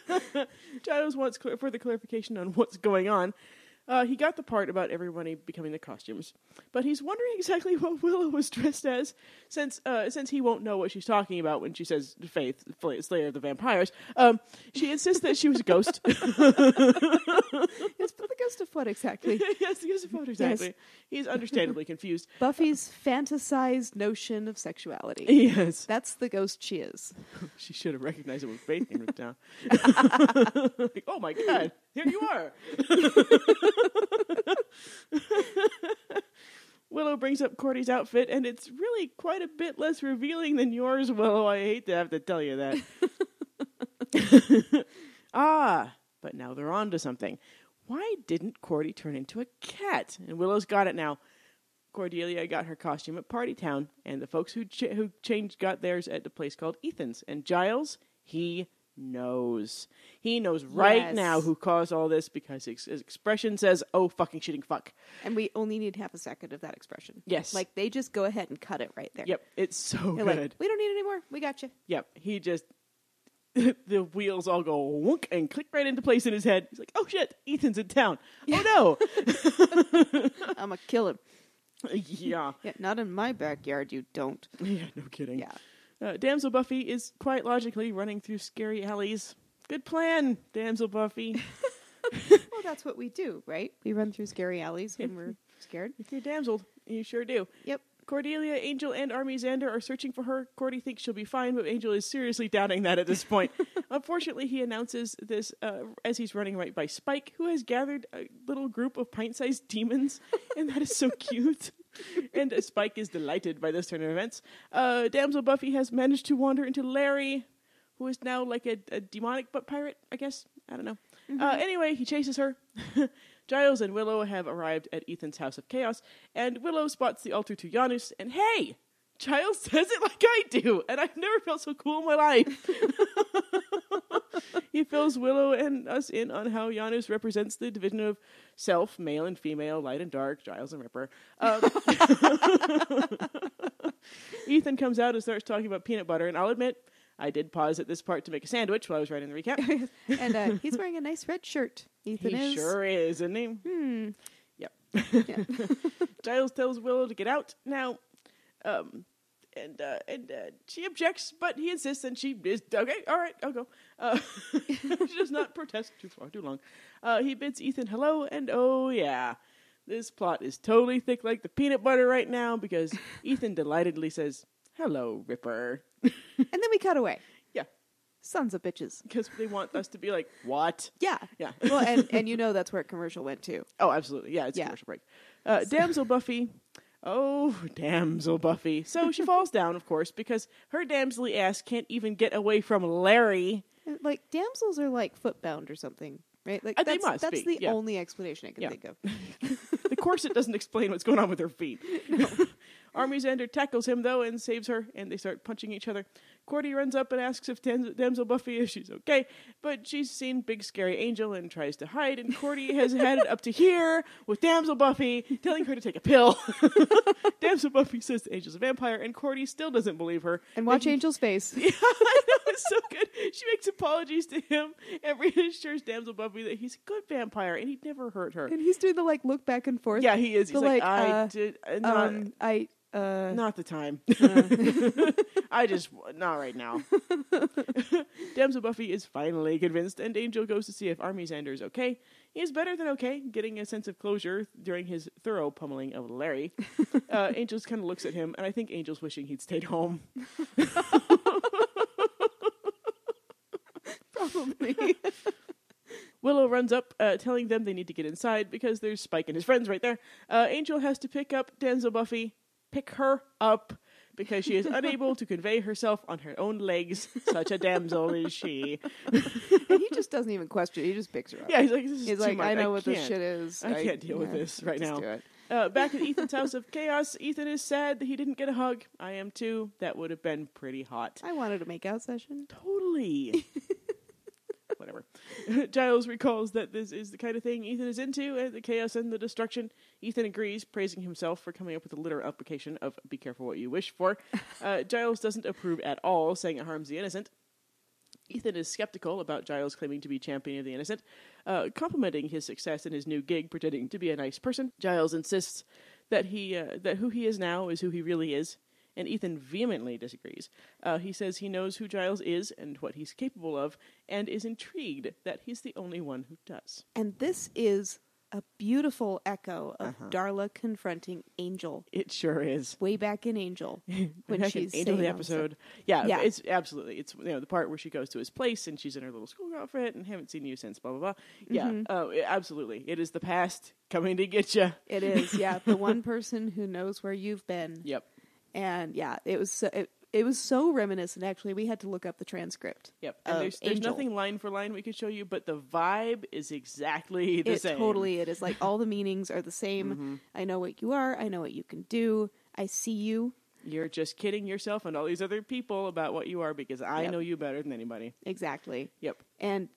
S2: ghost. Giles wants cl- further clarification on what's going on. Uh, he got the part about everybody becoming the costumes, but he's wondering exactly what Willow was dressed as, since uh, since he won't know what she's talking about when she says Faith, Fla- Slayer of the Vampires. Um, she insists that she was a ghost.
S1: It's but the ghost of what exactly?
S2: yes, the ghost of Potter, exactly. He's understandably confused.
S1: Buffy's fantasized notion of sexuality.
S2: Yes,
S1: That's the ghost she is.
S2: she should have recognized it when Faith came to town. Like, oh my god, here you are. Willow brings up Cordy's outfit, and it's really quite a bit less revealing than yours, Willow. I hate to have to tell you that. ah, but now they're on to something. Why didn't Cordy turn into a cat? And Willow's got it now. Cordelia got her costume at Party Town, and the folks who ch- who changed got theirs at a place called Ethan's. And Giles, he knows. He knows right
S1: Yes.
S2: now who caused all this because his, his expression says, "Oh fucking shitting fuck."
S1: And we only need half a second of that expression.
S2: Yes.
S1: Like they just go ahead and cut it right there.
S2: Yep, it's so
S1: They're
S2: good.
S1: like, we don't need any more. We got you.
S2: yep, he just the wheels all go wonk and click right into place in his head. He's like, "Oh shit, Ethan's in town." Oh
S1: I'm going to kill him.
S2: no. yeah.
S1: Yeah, not in my backyard, you don't.
S2: Yeah, no kidding.
S1: Yeah.
S2: Uh, Damsel Buffy is quite logically running through scary alleys. Good plan, Damsel Buffy.
S1: Well, that's what we do, right? We run through scary alleys when we're scared.
S2: if you're damseled, you sure do.
S1: Yep.
S2: Cordelia, Angel, and Army Xander are searching for her. Cordy thinks she'll be fine, but Angel is seriously doubting that at this point. Unfortunately, he announces this uh, as he's running right by Spike, who has gathered a little group of pint sized demons, and that is so cute. and uh, Spike is delighted by this turn of events. Uh, Damsel Buffy has managed to wander into Larry, who is now like a, a demonic but pirate, I guess. I don't know. Uh, anyway, he chases her. Giles and Willow have arrived at Ethan's house of chaos, and Willow spots the altar to Janus, and hey! Giles says it like I do, and I've never felt so cool in my life. he fills Willow and us in on how Janus represents the division of self, male and female, light and dark, Giles and Ripper. Um, Ethan comes out and starts talking about peanut butter, and I'll admit, I did pause at this part to make a sandwich while I was writing the recap.
S1: and uh, he's wearing a nice red shirt. Ethan
S2: he
S1: is.
S2: sure is, isn't he?
S1: Hmm.
S2: Yep.
S1: Yeah.
S2: Giles tells Willow to get out now, um, and uh, and uh, she objects, but he insists, and she is okay. All right, I'll go. Uh, she does not protest too far, too long. Uh, he bids Ethan hello, and oh yeah, this plot is totally thick like the peanut butter right now because Ethan delightedly says hello, Ripper.
S1: And then we cut away.
S2: Yeah,
S1: Sons of bitches.
S2: because they want us to be like what?
S1: Yeah.
S2: Yeah.
S1: Well, and, and you know that's where commercial went to.
S2: Oh, absolutely. Yeah, it's
S1: Yeah.
S2: a commercial break. Uh, damsel Buffy. Oh, damsel Buffy. So she falls down, of course, because her damselly ass can't even get away from Larry.
S1: Uh, Like damsels are like footbound or something, right? Like
S2: Uh, they
S1: that's
S2: must
S1: that's
S2: be,
S1: the
S2: yeah.
S1: only explanation I can
S2: Yeah.
S1: think of.
S2: The corset doesn't explain what's going on with her feet. Army Xander tackles him, though, and saves her, and they start punching each other. Cordy runs up and asks if Dam- Damsel Buffy if she's okay, but she's seen Big Scary Angel and tries to hide, and Cordy has had it up to here with Damsel Buffy telling her to take a pill. Damsel Buffy says the Angel's a vampire, and Cordy still doesn't believe her.
S1: And watch Angel's face.
S2: Yeah, I know it's so good. She makes apologies to him and reassures Damsel Buffy that he's a good vampire and he'd never hurt her.
S1: And he's doing the like look back and forth.
S2: Yeah, he is. He's
S1: But,
S2: like,
S1: like,
S2: I
S1: uh,
S2: did uh, not,
S1: Um I uh
S2: not the time. I just not right now. Damsel Buffy is finally convinced, and Angel goes to see if Army Xander is okay. He is better than okay, getting a sense of closure during his thorough pummeling of Larry. uh, Angel's kind of looks at him, and I think Angel's wishing he'd stayed home.
S1: probably.
S2: Willow runs up, uh, telling them they need to get inside because there's Spike and his friends right there. Uh, Angel has to pick up Damsel Buffy, pick her up because she is unable to convey herself on her own legs. Such a damsel is she.
S1: and he just doesn't even question. it. He just picks her up.
S2: Yeah, he's like, this is
S1: He's
S2: too
S1: like,
S2: much.
S1: I know what
S2: can't.
S1: this shit is.
S2: I can't deal with
S1: yeah,
S2: this right
S1: just
S2: now."
S1: do it.
S2: Uh, back at Ethan's house of chaos, Ethan is sad that he didn't get a hug. I am too. That would have been pretty hot.
S1: I wanted a make out session.
S2: Totally. Whatever. Giles recalls that this is the kind of thing Ethan is into, and the chaos and the destruction. Ethan agrees, praising himself for coming up with a literal application of "Be careful what you wish for." Uh, Giles doesn't approve at all, saying it harms the innocent. Ethan is skeptical about Giles claiming to be champion of the innocent, uh, complimenting his success in his new gig, pretending to be a nice person. Giles insists that he uh, that who he is now is who he really is, and Ethan vehemently disagrees. Uh, he says he knows who Giles is and what he's capable of, and is intrigued that he's the only one who does.
S1: And this is a beautiful echo of
S2: Uh-huh.
S1: Darla confronting Angel
S2: It sure is.
S1: way back in Angel when
S2: Heck,
S1: she's
S2: Angel
S1: saying
S2: of the
S1: all this stuff.
S2: episode. Yeah,
S1: Yeah.
S2: it's absolutely it's you know the part where she goes to his place and she's in her little schoolgirl outfit and haven't seen you since blah blah blah. Yeah,
S1: Mm-hmm.
S2: oh, it- absolutely. It is the past coming to get you.
S1: It is, yeah, the one person who knows where you've been.
S2: Yep,
S1: And yeah, it was so, it, it was so reminiscent. Actually, we had to look up the transcript.
S2: yep. And
S1: of
S2: there's, there's
S1: Angel.
S2: nothing line for line we could show you, but the vibe is exactly the
S1: it
S2: same. Mm-hmm.
S1: totally it is like all the meanings are the same. I know what you are. I know what you can do. I see you
S2: You're just kidding yourself and all these other people about what you are because I
S1: Yep.
S2: know you better than anybody.
S1: exactly.
S2: Yep,
S1: And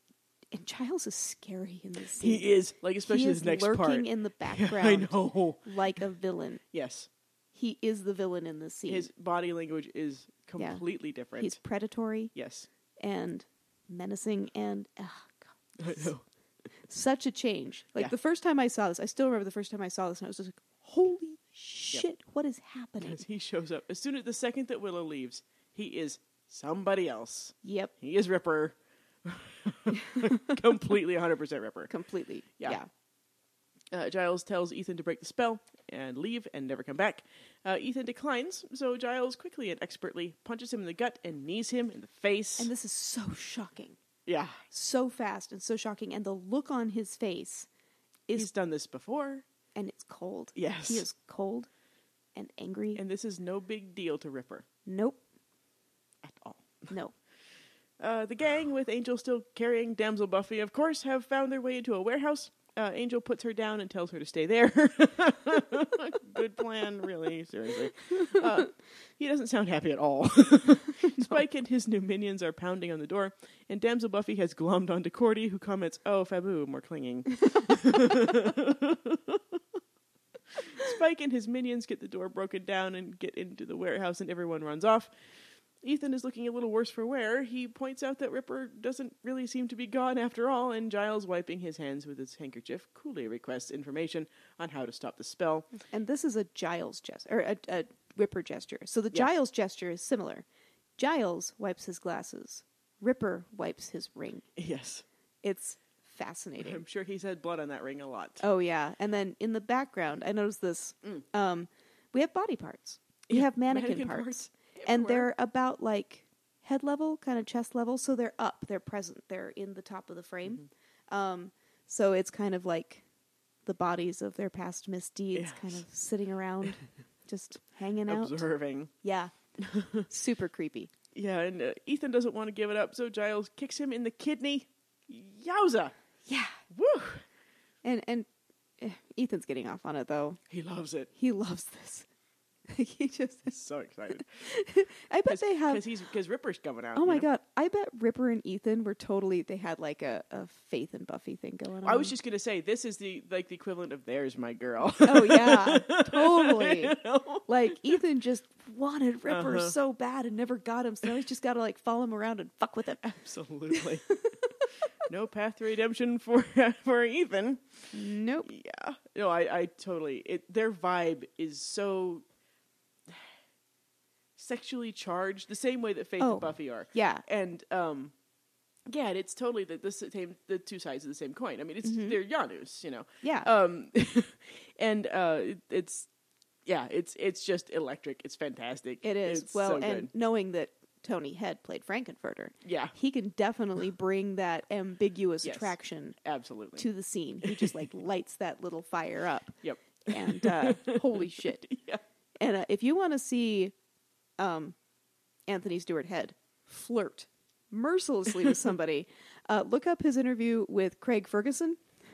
S1: and Giles is scary in this scene.
S2: he is like especially
S1: He is
S2: this next
S1: lurking
S2: part.
S1: in the
S2: I
S1: background
S2: know.
S1: like a villain.
S2: Yes,
S1: He is the villain in this scene.
S2: his body language is completely different.
S1: He's predatory
S2: yes.
S1: and menacing and ugh, God,
S2: I know.
S1: such a change. Like
S2: Yeah.
S1: the first time I saw this, I still remember the first time I saw this, and I was just like, "Holy shit, what is happening?"
S2: Because he shows up as soon as the second that Willow leaves, he is somebody else.
S1: yep,
S2: He is Ripper, completely 100% Ripper.
S1: completely.
S2: Yeah.
S1: Yeah.
S2: Uh, Giles tells Ethan to break the spell and leave and never come back. Uh, Ethan declines, so Giles quickly and expertly punches him in the gut and knees him in the face.
S1: and this is so shocking,
S2: yeah,
S1: so fast and so shocking, and the look on his face is
S2: he's done this before,
S1: and it's cold.
S2: Yes.
S1: he is cold and angry.
S2: and this is no big deal to Ripper
S1: nope,
S2: at all.
S1: no.
S2: Uh, the gang, with Angel still carrying damsel Buffy, of course, have found their way into a warehouse. Uh, Angel puts her down and tells her to stay there. Good plan, really, seriously. Uh, he doesn't sound happy at all. Spike and his new minions are pounding on the door, and damsel Buffy has glommed onto Cordy, who comments, Oh, Fabu, more clinging. Spike and his minions get the door broken down and get into the warehouse, and everyone runs off. Ethan is looking a little worse for wear. He points out that Ripper doesn't really seem to be gone after all, and Giles, wiping his hands with his handkerchief, coolly requests information on how to stop the spell.
S1: And this is a Giles gesture or a, a Ripper gesture. So the
S2: Yeah.
S1: Giles gesture is similar. Giles wipes his glasses. Ripper wipes his ring.
S2: Yes,
S1: It's fascinating.
S2: I'm sure he's had blood on that ring a lot.
S1: Oh yeah, and then in the background, I noticed this. Um, we have body parts. We have mannequin,
S2: Mm.
S1: parts,
S2: mannequin parts
S1: and
S2: everywhere.
S1: they're about like head level, kind of chest level. So they're up, they're present, they're in the top of the frame.
S2: Mm-hmm.
S1: Um, so it's kind of like the bodies of their past misdeeds, kind
S2: Yes.
S1: of sitting around, just hanging out.
S2: Observing.
S1: Yeah, super creepy.
S2: Yeah, and uh, Ethan doesn't want to give it up, so Giles kicks him in the kidney. Yowza!
S1: Yeah,
S2: Woo!
S1: and and eh, Ethan's getting off on it though.
S2: He loves it.
S1: He loves this. he just.
S2: He's so excited
S1: I bet
S2: because
S1: they have
S2: he's because Ripper's coming out.
S1: Oh
S2: you
S1: my
S2: know?
S1: god! I bet Ripper and Ethan were totally they had like a, a faith in Buffy thing going on.
S2: I was just gonna say this is the like the equivalent of "There's my girl."
S1: oh yeah, totally. Like Ethan just wanted Ripper
S2: Uh-huh.
S1: so bad and never got him, so now he's just got to like follow him around and fuck with him.
S2: Absolutely. no path to redemption for for Ethan.
S1: Nope.
S2: Yeah. No, I, I totally. It their vibe is so sexually charged, the same way that Faith
S1: Oh.
S2: and Buffy are.
S1: Yeah.
S2: And um, yeah, and it's totally the the same the two sides of the same coin. I mean, it's
S1: Mm-hmm.
S2: they're Janus, you know.
S1: Yeah.
S2: Um, and uh, it- it's yeah, it's it's just electric. It's fantastic.
S1: it is
S2: It's
S1: well,
S2: so
S1: and
S2: good.
S1: knowing that Tony Head played Frankenfurter,
S2: yeah,
S1: he can definitely bring that ambiguous
S2: Yes.
S1: attraction
S2: absolutely.
S1: to the scene. He just like lights that little fire up,
S2: yep.
S1: and uh, holy shit.
S2: Yeah.
S1: And uh, if you want to see um, Anthony Stewart Head flirt mercilessly with somebody, uh, look up his interview with Craig Ferguson.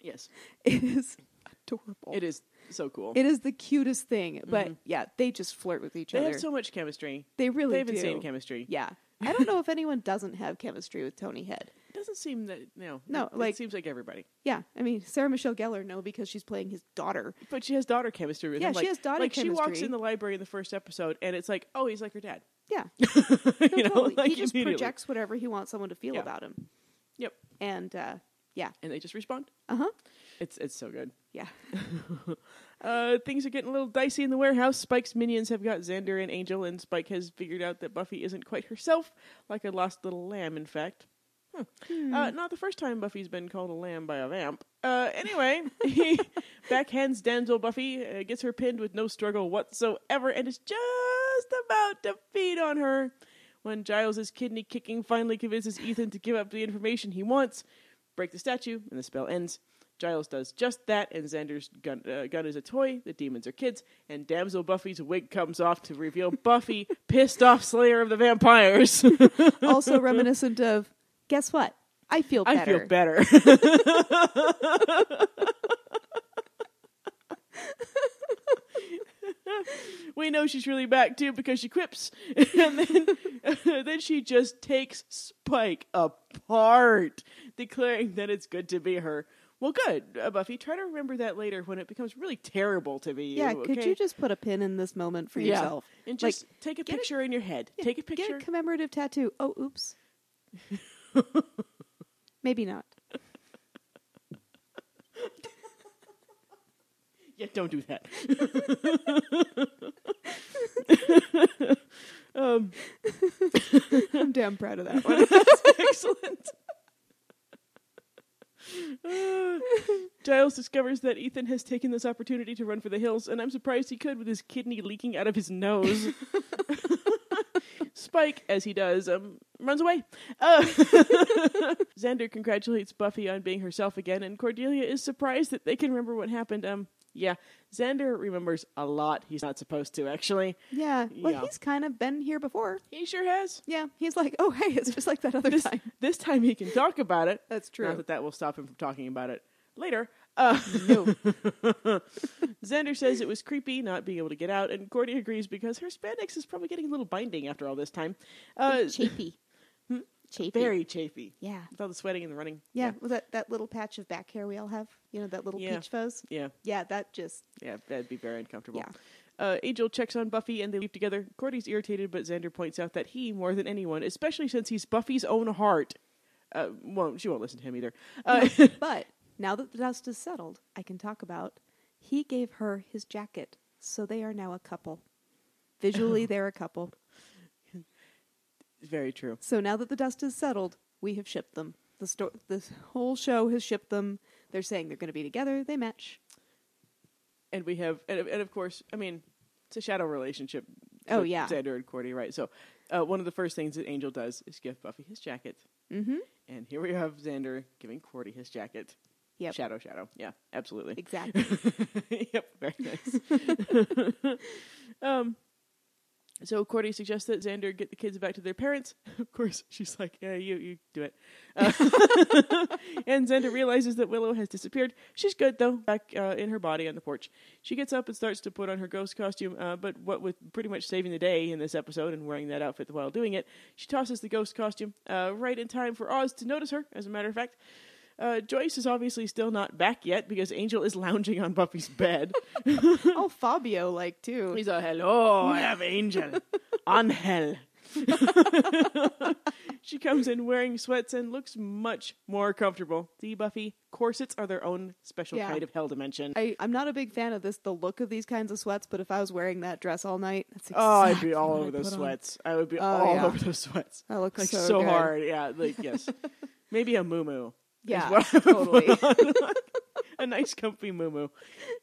S2: Yes.
S1: It is adorable.
S2: It is so cool.
S1: It is the cutest thing. But yeah, they just flirt with each
S2: they
S1: other.
S2: have so much chemistry.
S1: they really
S2: they have
S1: do.
S2: insane chemistry.
S1: Yeah. I don't know if anyone doesn't have chemistry with Tony Head.
S2: Doesn't doesn't seem that no
S1: No,
S2: It-
S1: like-
S2: it seems like everybody.
S1: Yeah, I mean Sarah Michelle Gellar, no, because she's playing his daughter.
S2: But she has daughter chemistry with
S1: Yeah,
S2: him.
S1: she
S2: like,
S1: has daughter
S2: like she walks
S1: chemistry.
S2: in the library in the first episode, and it's like, oh, he's like her dad.
S1: Yeah,
S2: you
S1: No,
S2: know,
S1: totally.
S2: like
S1: he just
S2: immediately.
S1: projects whatever he wants someone to feel
S2: Yeah.
S1: about him,
S2: Yep,
S1: and uh, yeah,
S2: and they just respond.
S1: uh huh,
S2: It's it's so good.
S1: yeah,
S2: Uh, things are getting a little dicey in the warehouse. Spike's minions have got Xander and Angel, and Spike has figured out that Buffy isn't quite herself, like a lost little lamb, in fact. Huh. Uh, not the first time Buffy's been called a lamb by a vamp. Uh, anyway, he backhands damsel Buffy, uh, gets her pinned with no struggle whatsoever, and is just about to feed on her when Giles's kidney kicking finally convinces Ethan to give up the information he wants, break the statue, and the spell ends. Giles does just that, and Xander's gun, uh, gun is a toy, the demons are kids, and damsel Buffy's wig comes off to reveal Buffy, pissed off slayer of the vampires.
S1: also reminiscent of guess what? I feel better.
S2: I feel better. we know she's really back too because she quips, and then then she just takes Spike apart, declaring that it's good to be her. Well, good, uh, Buffy. Try to remember that later when it becomes really terrible to be you.
S1: yeah, could
S2: okay?
S1: you just put a pin in this moment for
S2: Yeah.
S1: yourself?
S2: and
S1: like,
S2: just take a
S1: get a-
S2: picture in your head? take a picture.
S1: Get a commemorative tattoo. Oh, oops. Maybe not.
S2: Yeah, don't do that. um,
S1: I'm damn proud of that one.
S2: excellent. Uh, Giles discovers that Ethan has taken this opportunity to run for the hills, and I'm surprised he could with his kidney leaking out of his nose. Spike, as he does, um, runs away. Uh, Xander congratulates Buffy on being herself again, and Cordelia is surprised that they can remember what happened. Um, yeah, Xander remembers a lot he's not supposed to, actually.
S1: yeah. Well,
S2: Yeah.
S1: he's kind of been here before.
S2: He sure has.
S1: Yeah. He's like, oh, hey, it's just like that other
S2: This,
S1: time.
S2: this time he can talk about it.
S1: That's
S2: Not
S1: true.
S2: that that will stop him from talking about it later. Uh,
S1: no.
S2: Xander says it was creepy not being able to get out, and Gordy agrees because her spandex is probably getting a little binding after all this time. Uh,
S1: Chafy. Chafy.
S2: very chafy.
S1: Hmm? Yeah.
S2: With all the sweating and the running.
S1: Yeah, well, that, that little patch of back hair we all have, you know, that little
S2: Yeah.
S1: peach fuzz.
S2: Yeah.
S1: Yeah, that just,
S2: Yeah, that'd be very uncomfortable.
S1: Yeah.
S2: Uh, Angel checks on Buffy and they leave together. Cordy's irritated, but Xander points out that he, more than anyone, especially since he's Buffy's own heart, uh, won't, she won't listen to him either. Uh,
S1: but now that the dust is settled, I can talk about he gave her his jacket, so they are now a couple.
S2: Oh.
S1: Visually, they're a couple.
S2: very true.
S1: So now that the dust is settled, we have shipped them. The sto- this whole show has shipped them. They're saying they're going to be together. They match.
S2: and we have and, and of course i mean it's a shadow relationship
S1: Oh,
S2: with
S1: yeah.
S2: xander and cordy right so uh, one of the first things that angel does is give buffy his jacket
S1: Mm-hmm.
S2: and here we have xander giving cordy his jacket
S1: Yep.
S2: shadow shadow yeah absolutely
S1: Exactly.
S2: yep very nice um so cordy suggests that xander get the kids back to their parents of course she's like yeah you you do it uh, and Xander realizes that Willow has disappeared. She's good though, back uh, in her body on the porch. She gets up and starts to put on her ghost costume, uh, but what with pretty much saving the day in this episode and wearing that outfit while doing it, she tosses the ghost costume uh, right in time for Oz to notice her. As a matter of fact. Uh, Joyce is obviously still not back yet because Angel is lounging on Buffy's bed.
S1: oh, Fabio, like, too.
S2: He's like, hello, I am Angel. Angel. she comes in wearing sweats and looks much more comfortable. See, Buffy, corsets are their own special
S1: Yeah.
S2: kind of hell dimension.
S1: I, I'm not a big fan of this, the look of these kinds of sweats, but if I was wearing that dress all night, that's exactly
S2: oh, I'd be all
S1: what
S2: over
S1: I'd
S2: those
S1: put on.
S2: sweats. I would be
S1: Oh,
S2: all
S1: yeah.
S2: over those sweats.
S1: That looks
S2: Like
S1: so,
S2: so,
S1: good.
S2: hard. Yeah, like, yes. Maybe a moo
S1: Yeah,
S2: what I would
S1: totally.
S2: a nice comfy moo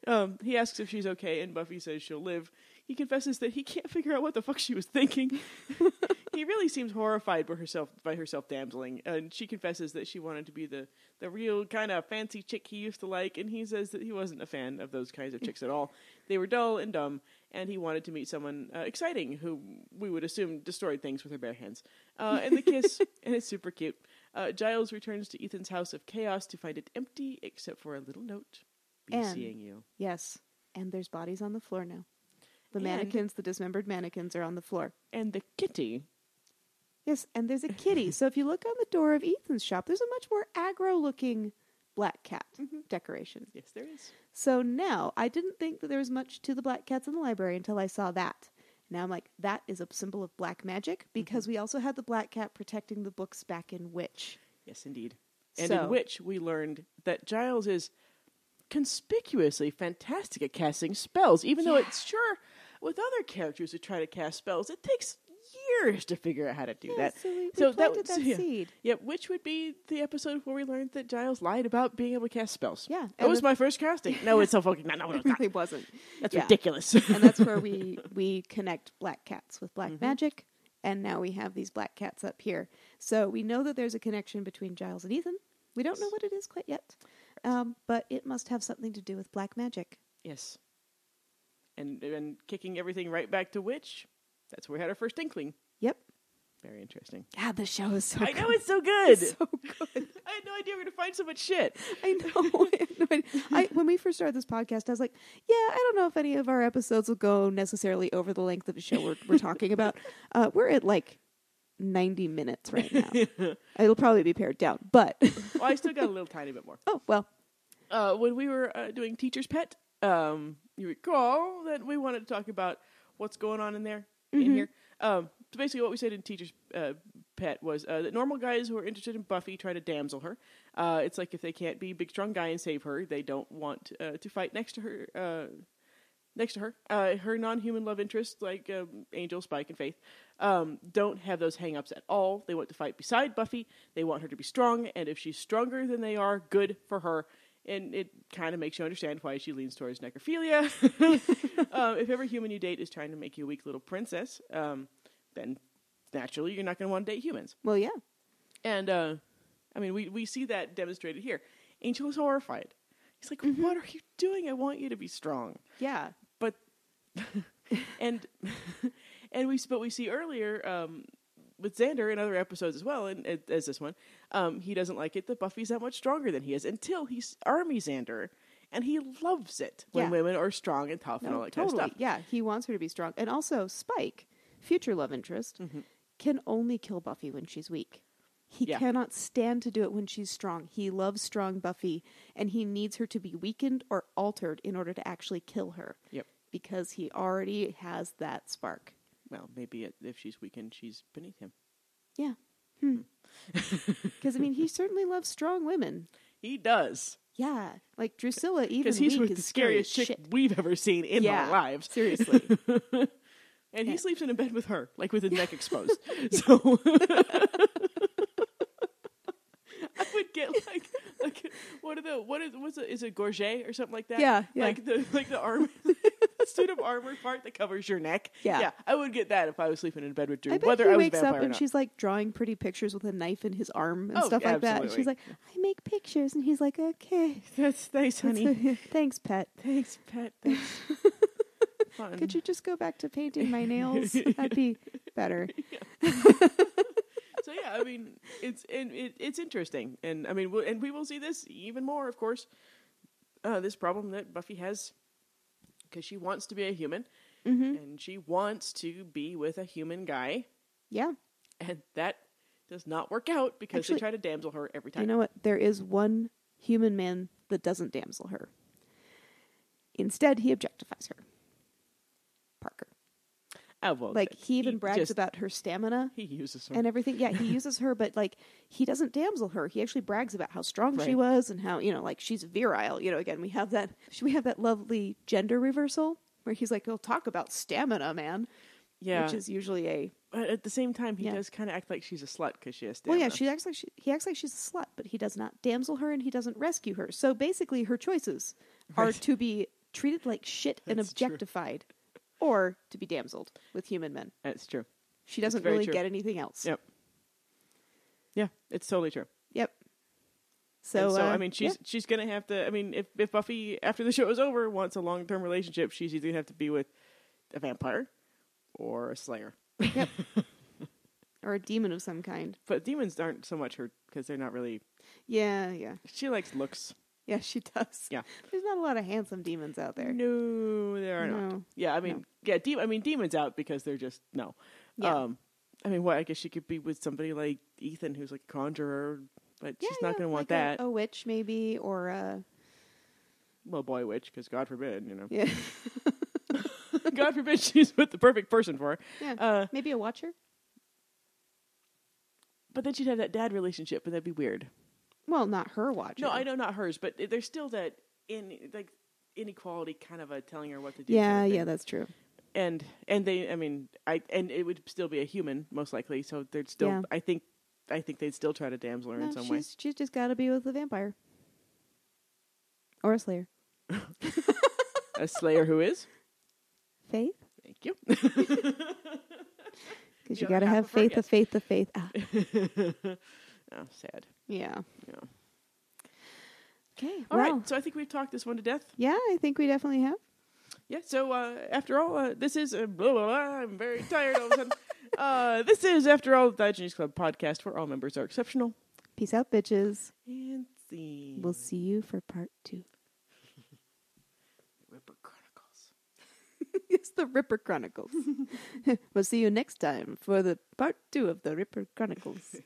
S2: Um, he asks if she's okay, and Buffy says she'll live. He confesses that he can't figure out what the fuck she was thinking. he really seems horrified by herself by herself damseling, and she confesses that she wanted to be the the real kind of fancy chick he used to like, and he says that he wasn't a fan of those kinds of chicks at all. They were dull and dumb, and he wanted to meet someone uh, exciting who we would assume destroyed things with her bare hands. Uh, and the kiss, and it's super cute. Uh, Giles returns to Ethan's house of chaos to find it empty except for a little note. Be
S1: And-
S2: seeing you.
S1: Yes. And there's bodies on the floor now. The
S2: And-
S1: mannequins, the dismembered mannequins, are on the floor.
S2: And the kitty
S1: Yes, and there's a kitty. so if you look on the door of Ethan's shop, there's a much more aggro looking black cat decoration.
S2: Yes, there is.
S1: So now I didn't think that there was much to the black cats in the library until I saw that. Now I'm like, that is a symbol of black magic because we also had the black cat protecting the books back in Witch.
S2: Yes, indeed. And
S1: So-
S2: in which we learned that Giles is conspicuously fantastic at casting spells, even though it's sure with other characters who try to cast spells, it takes years to figure out how to do
S1: Yeah,
S2: that.
S1: so we- we planted that
S2: yeah.
S1: seed.
S2: Yeah, which would be the episode where we learned that Giles lied about being able to cast spells.
S1: Yeah,
S2: That
S1: and
S2: was
S1: the-
S2: my first casting. No, it's so fucking. No, no, no, it's not.
S1: it wasn't.
S2: That's
S1: Yeah.
S2: ridiculous.
S1: and that's where we we connect black cats with black magic and now we have these black cats up here so we know that there's a connection between giles and ethan we don't know what it is quite yet um, but it must have something to do with black magic
S2: yes. And, and kicking everything right back to Witch, that's where we had our first inkling.
S1: yep
S2: Very interesting.
S1: god the show is so
S2: I know
S1: good.
S2: it's so good.
S1: so good
S2: I had no idea we were going to find so much shit.
S1: i know I had no idea. I, when we first started this podcast i was like yeah i don't know if any of our episodes will go necessarily over the length of the show we're, we're talking about uh, we're at like 90 minutes right now it'll probably be pared down but
S2: Well, I still got a little tiny bit more.
S1: Oh well,
S2: Uh, when we were uh, doing Teacher's Pet, um, you recall that we wanted to talk about what's going on in there, in here. Um, so basically, what we said in Teacher's uh, Pet was uh, that normal guys who are interested in Buffy try to damsel her. Uh, it's like if they can't be a big strong guy and save her, they don't want uh, to fight next to her. Uh, next to her, uh, her non-human love interests like um, Angel, Spike, and Faith um, don't have those hang-ups at all. They want to fight beside Buffy. They want her to be strong, and if she's stronger than they are, good for her. And it kind of makes you understand why she leans towards necrophilia. um, if every human you date is trying to make you a weak little princess, um, then naturally you're not going to want to date humans.
S1: well, yeah.
S2: And uh, I mean, we, we see that demonstrated here. Angel is horrified. He's like, "What are you doing? I want you to be strong."
S1: Yeah.
S2: but and and we s- but we see earlier um, with Xander in other episodes as well, and and as this one, um, he doesn't like it that Buffy's that much stronger than he is until he's army Xander, and he loves it when
S1: Yeah.
S2: women are strong and tough and all
S1: No,
S2: that
S1: totally.
S2: kind of stuff.
S1: Yeah, he wants her to be strong. And also Spike, future love interest, can only kill Buffy when she's weak. He
S2: Mm-hmm. Yeah.
S1: cannot stand to do it when she's strong. He loves strong Buffy and he needs her to be weakened or altered in order to actually kill her.
S2: Yep.
S1: Because he already has that spark.
S2: Well, maybe it, if she's weakened, she's beneath him.
S1: Yeah. Hmm. Because I mean, he certainly loves strong women.
S2: He does
S1: Yeah, like Drusilla, even
S2: because he's
S1: weak
S2: with
S1: is
S2: the
S1: scary as
S2: scariest chick
S1: shit.
S2: we've ever seen in
S1: yeah,
S2: our lives.
S1: seriously.
S2: And he sleeps in a bed with her, like with his neck exposed. So I would get like like what are the what is what's it, is it gorget or something like that?
S1: Yeah, yeah.
S2: Like the like the arm suit of armor part that covers your neck.
S1: Yeah.
S2: Yeah. I would get that if I was sleeping in bed with Drew,
S1: I bet
S2: whether
S1: he
S2: I was a
S1: wakes
S2: vampire
S1: up
S2: or
S1: and
S2: not.
S1: she's like drawing pretty pictures with a knife in his arm and
S2: Oh,
S1: stuff like that. And she's
S2: absolutely.
S1: like, I make pictures, and he's like, okay,
S2: That's nice,
S1: That's
S2: honey.
S1: what- thanks, pet.
S2: Thanks, pet. Thanks. Fun.
S1: Could you just go back to painting my nails? That'd be better.
S2: so yeah, I mean, it's and it, it's interesting, and I mean, we and we will see this even more, of course. Uh, this problem that Buffy has because she wants to be a human,
S1: Mm-hmm.
S2: and she wants to be with a human guy,
S1: Yeah,
S2: and that does not work out because
S1: Actually-
S2: they try to damsel her every time.
S1: you know what? There is one human man that doesn't damsel her. Instead, he objectifies her. Parker,
S2: Oh, well,
S1: like he even brags
S2: just-
S1: about her stamina.
S2: he uses her.
S1: and everything. Yeah, he uses her, but like he doesn't damsel her. He actually brags about how strong she
S2: Right.
S1: was and how you know, like she's virile. You know, again, we have that we have that lovely gender reversal where he's like, "He'll talk about stamina, man,"
S2: yeah,
S1: which is usually a
S2: but at the same time, he
S1: Yeah.
S2: does kind of act like she's a slut because she has.
S1: well, yeah.
S2: stamina.
S1: She acts like she, he acts like she's a slut, but he does not damsel her and he doesn't rescue her. So basically, her choices are to be treated like shit and
S2: That's true.
S1: objectified, or to be damseled with human men.
S2: that's true.
S1: She doesn't
S2: very
S1: really
S2: true.
S1: get anything else.
S2: Yep. Yeah, it's totally true.
S1: Yep. So,
S2: And So,
S1: uh,
S2: I mean,
S1: yeah.
S2: she's she's gonna have to. I mean, if if Buffy after the show is over wants a long term relationship, she's either gonna have to be with a vampire or a slayer.
S1: or a demon of some kind.
S2: But demons aren't so much her because they're not really.
S1: Yeah, yeah.
S2: She likes looks.
S1: Yeah, she does.
S2: Yeah.
S1: There's not a lot of handsome demons out there.
S2: No, they are not.
S1: No.
S2: Yeah, I mean, yeah, de- I mean, demons out because they're just no.
S1: Yeah.
S2: Um, I mean, what? I guess she could be with somebody like Ethan, who's like a conjurer, but
S1: Yeah,
S2: she's not
S1: yeah,
S2: going to want
S1: like
S2: that.
S1: A, oh. a witch, maybe, or a
S2: Well, boy, witch, because God forbid, you know,
S1: yeah,
S2: God forbid she's with the perfect person for her.
S1: yeah,
S2: Uh,
S1: maybe a watcher.
S2: but then she'd have that dad relationship, and that'd be weird.
S1: Well, not her watcher.
S2: No, I know not hers, but there's still that in like inequality kind of a telling her what to do.
S1: Yeah,
S2: kind of
S1: yeah,
S2: thing.
S1: that's true.
S2: and and they, I mean, I and it would still be a human most likely. So they'd still,
S1: Yeah.
S2: I think, I think they'd still try to damsel her
S1: No,
S2: in some
S1: she's
S2: way.
S1: she's just got to be with a vampire or a slayer.
S2: A Slayer who is.
S1: Faith,
S2: Thank you.
S1: because
S2: The
S1: you
S2: other
S1: got to
S2: half
S1: have
S2: of her,
S1: faith,
S2: yes.
S1: of faith, of faith. Ah,
S2: oh, sad.
S1: yeah.
S2: Yeah.
S1: Okay.
S2: All
S1: well,
S2: right, so I think we've talked this one to death.
S1: yeah, I think we definitely have.
S2: Yeah. So uh, after all, uh, this is uh, blah, blah, blah, I'm very tired all of a sudden. uh, this is after all the Diogenes Club podcast, where all members are exceptional.
S1: Peace out, bitches.
S2: And the
S1: We'll see you for part two.
S2: Ripper Chronicles.
S1: it's the Ripper Chronicles. we'll see you next time for the part two of the Ripper Chronicles.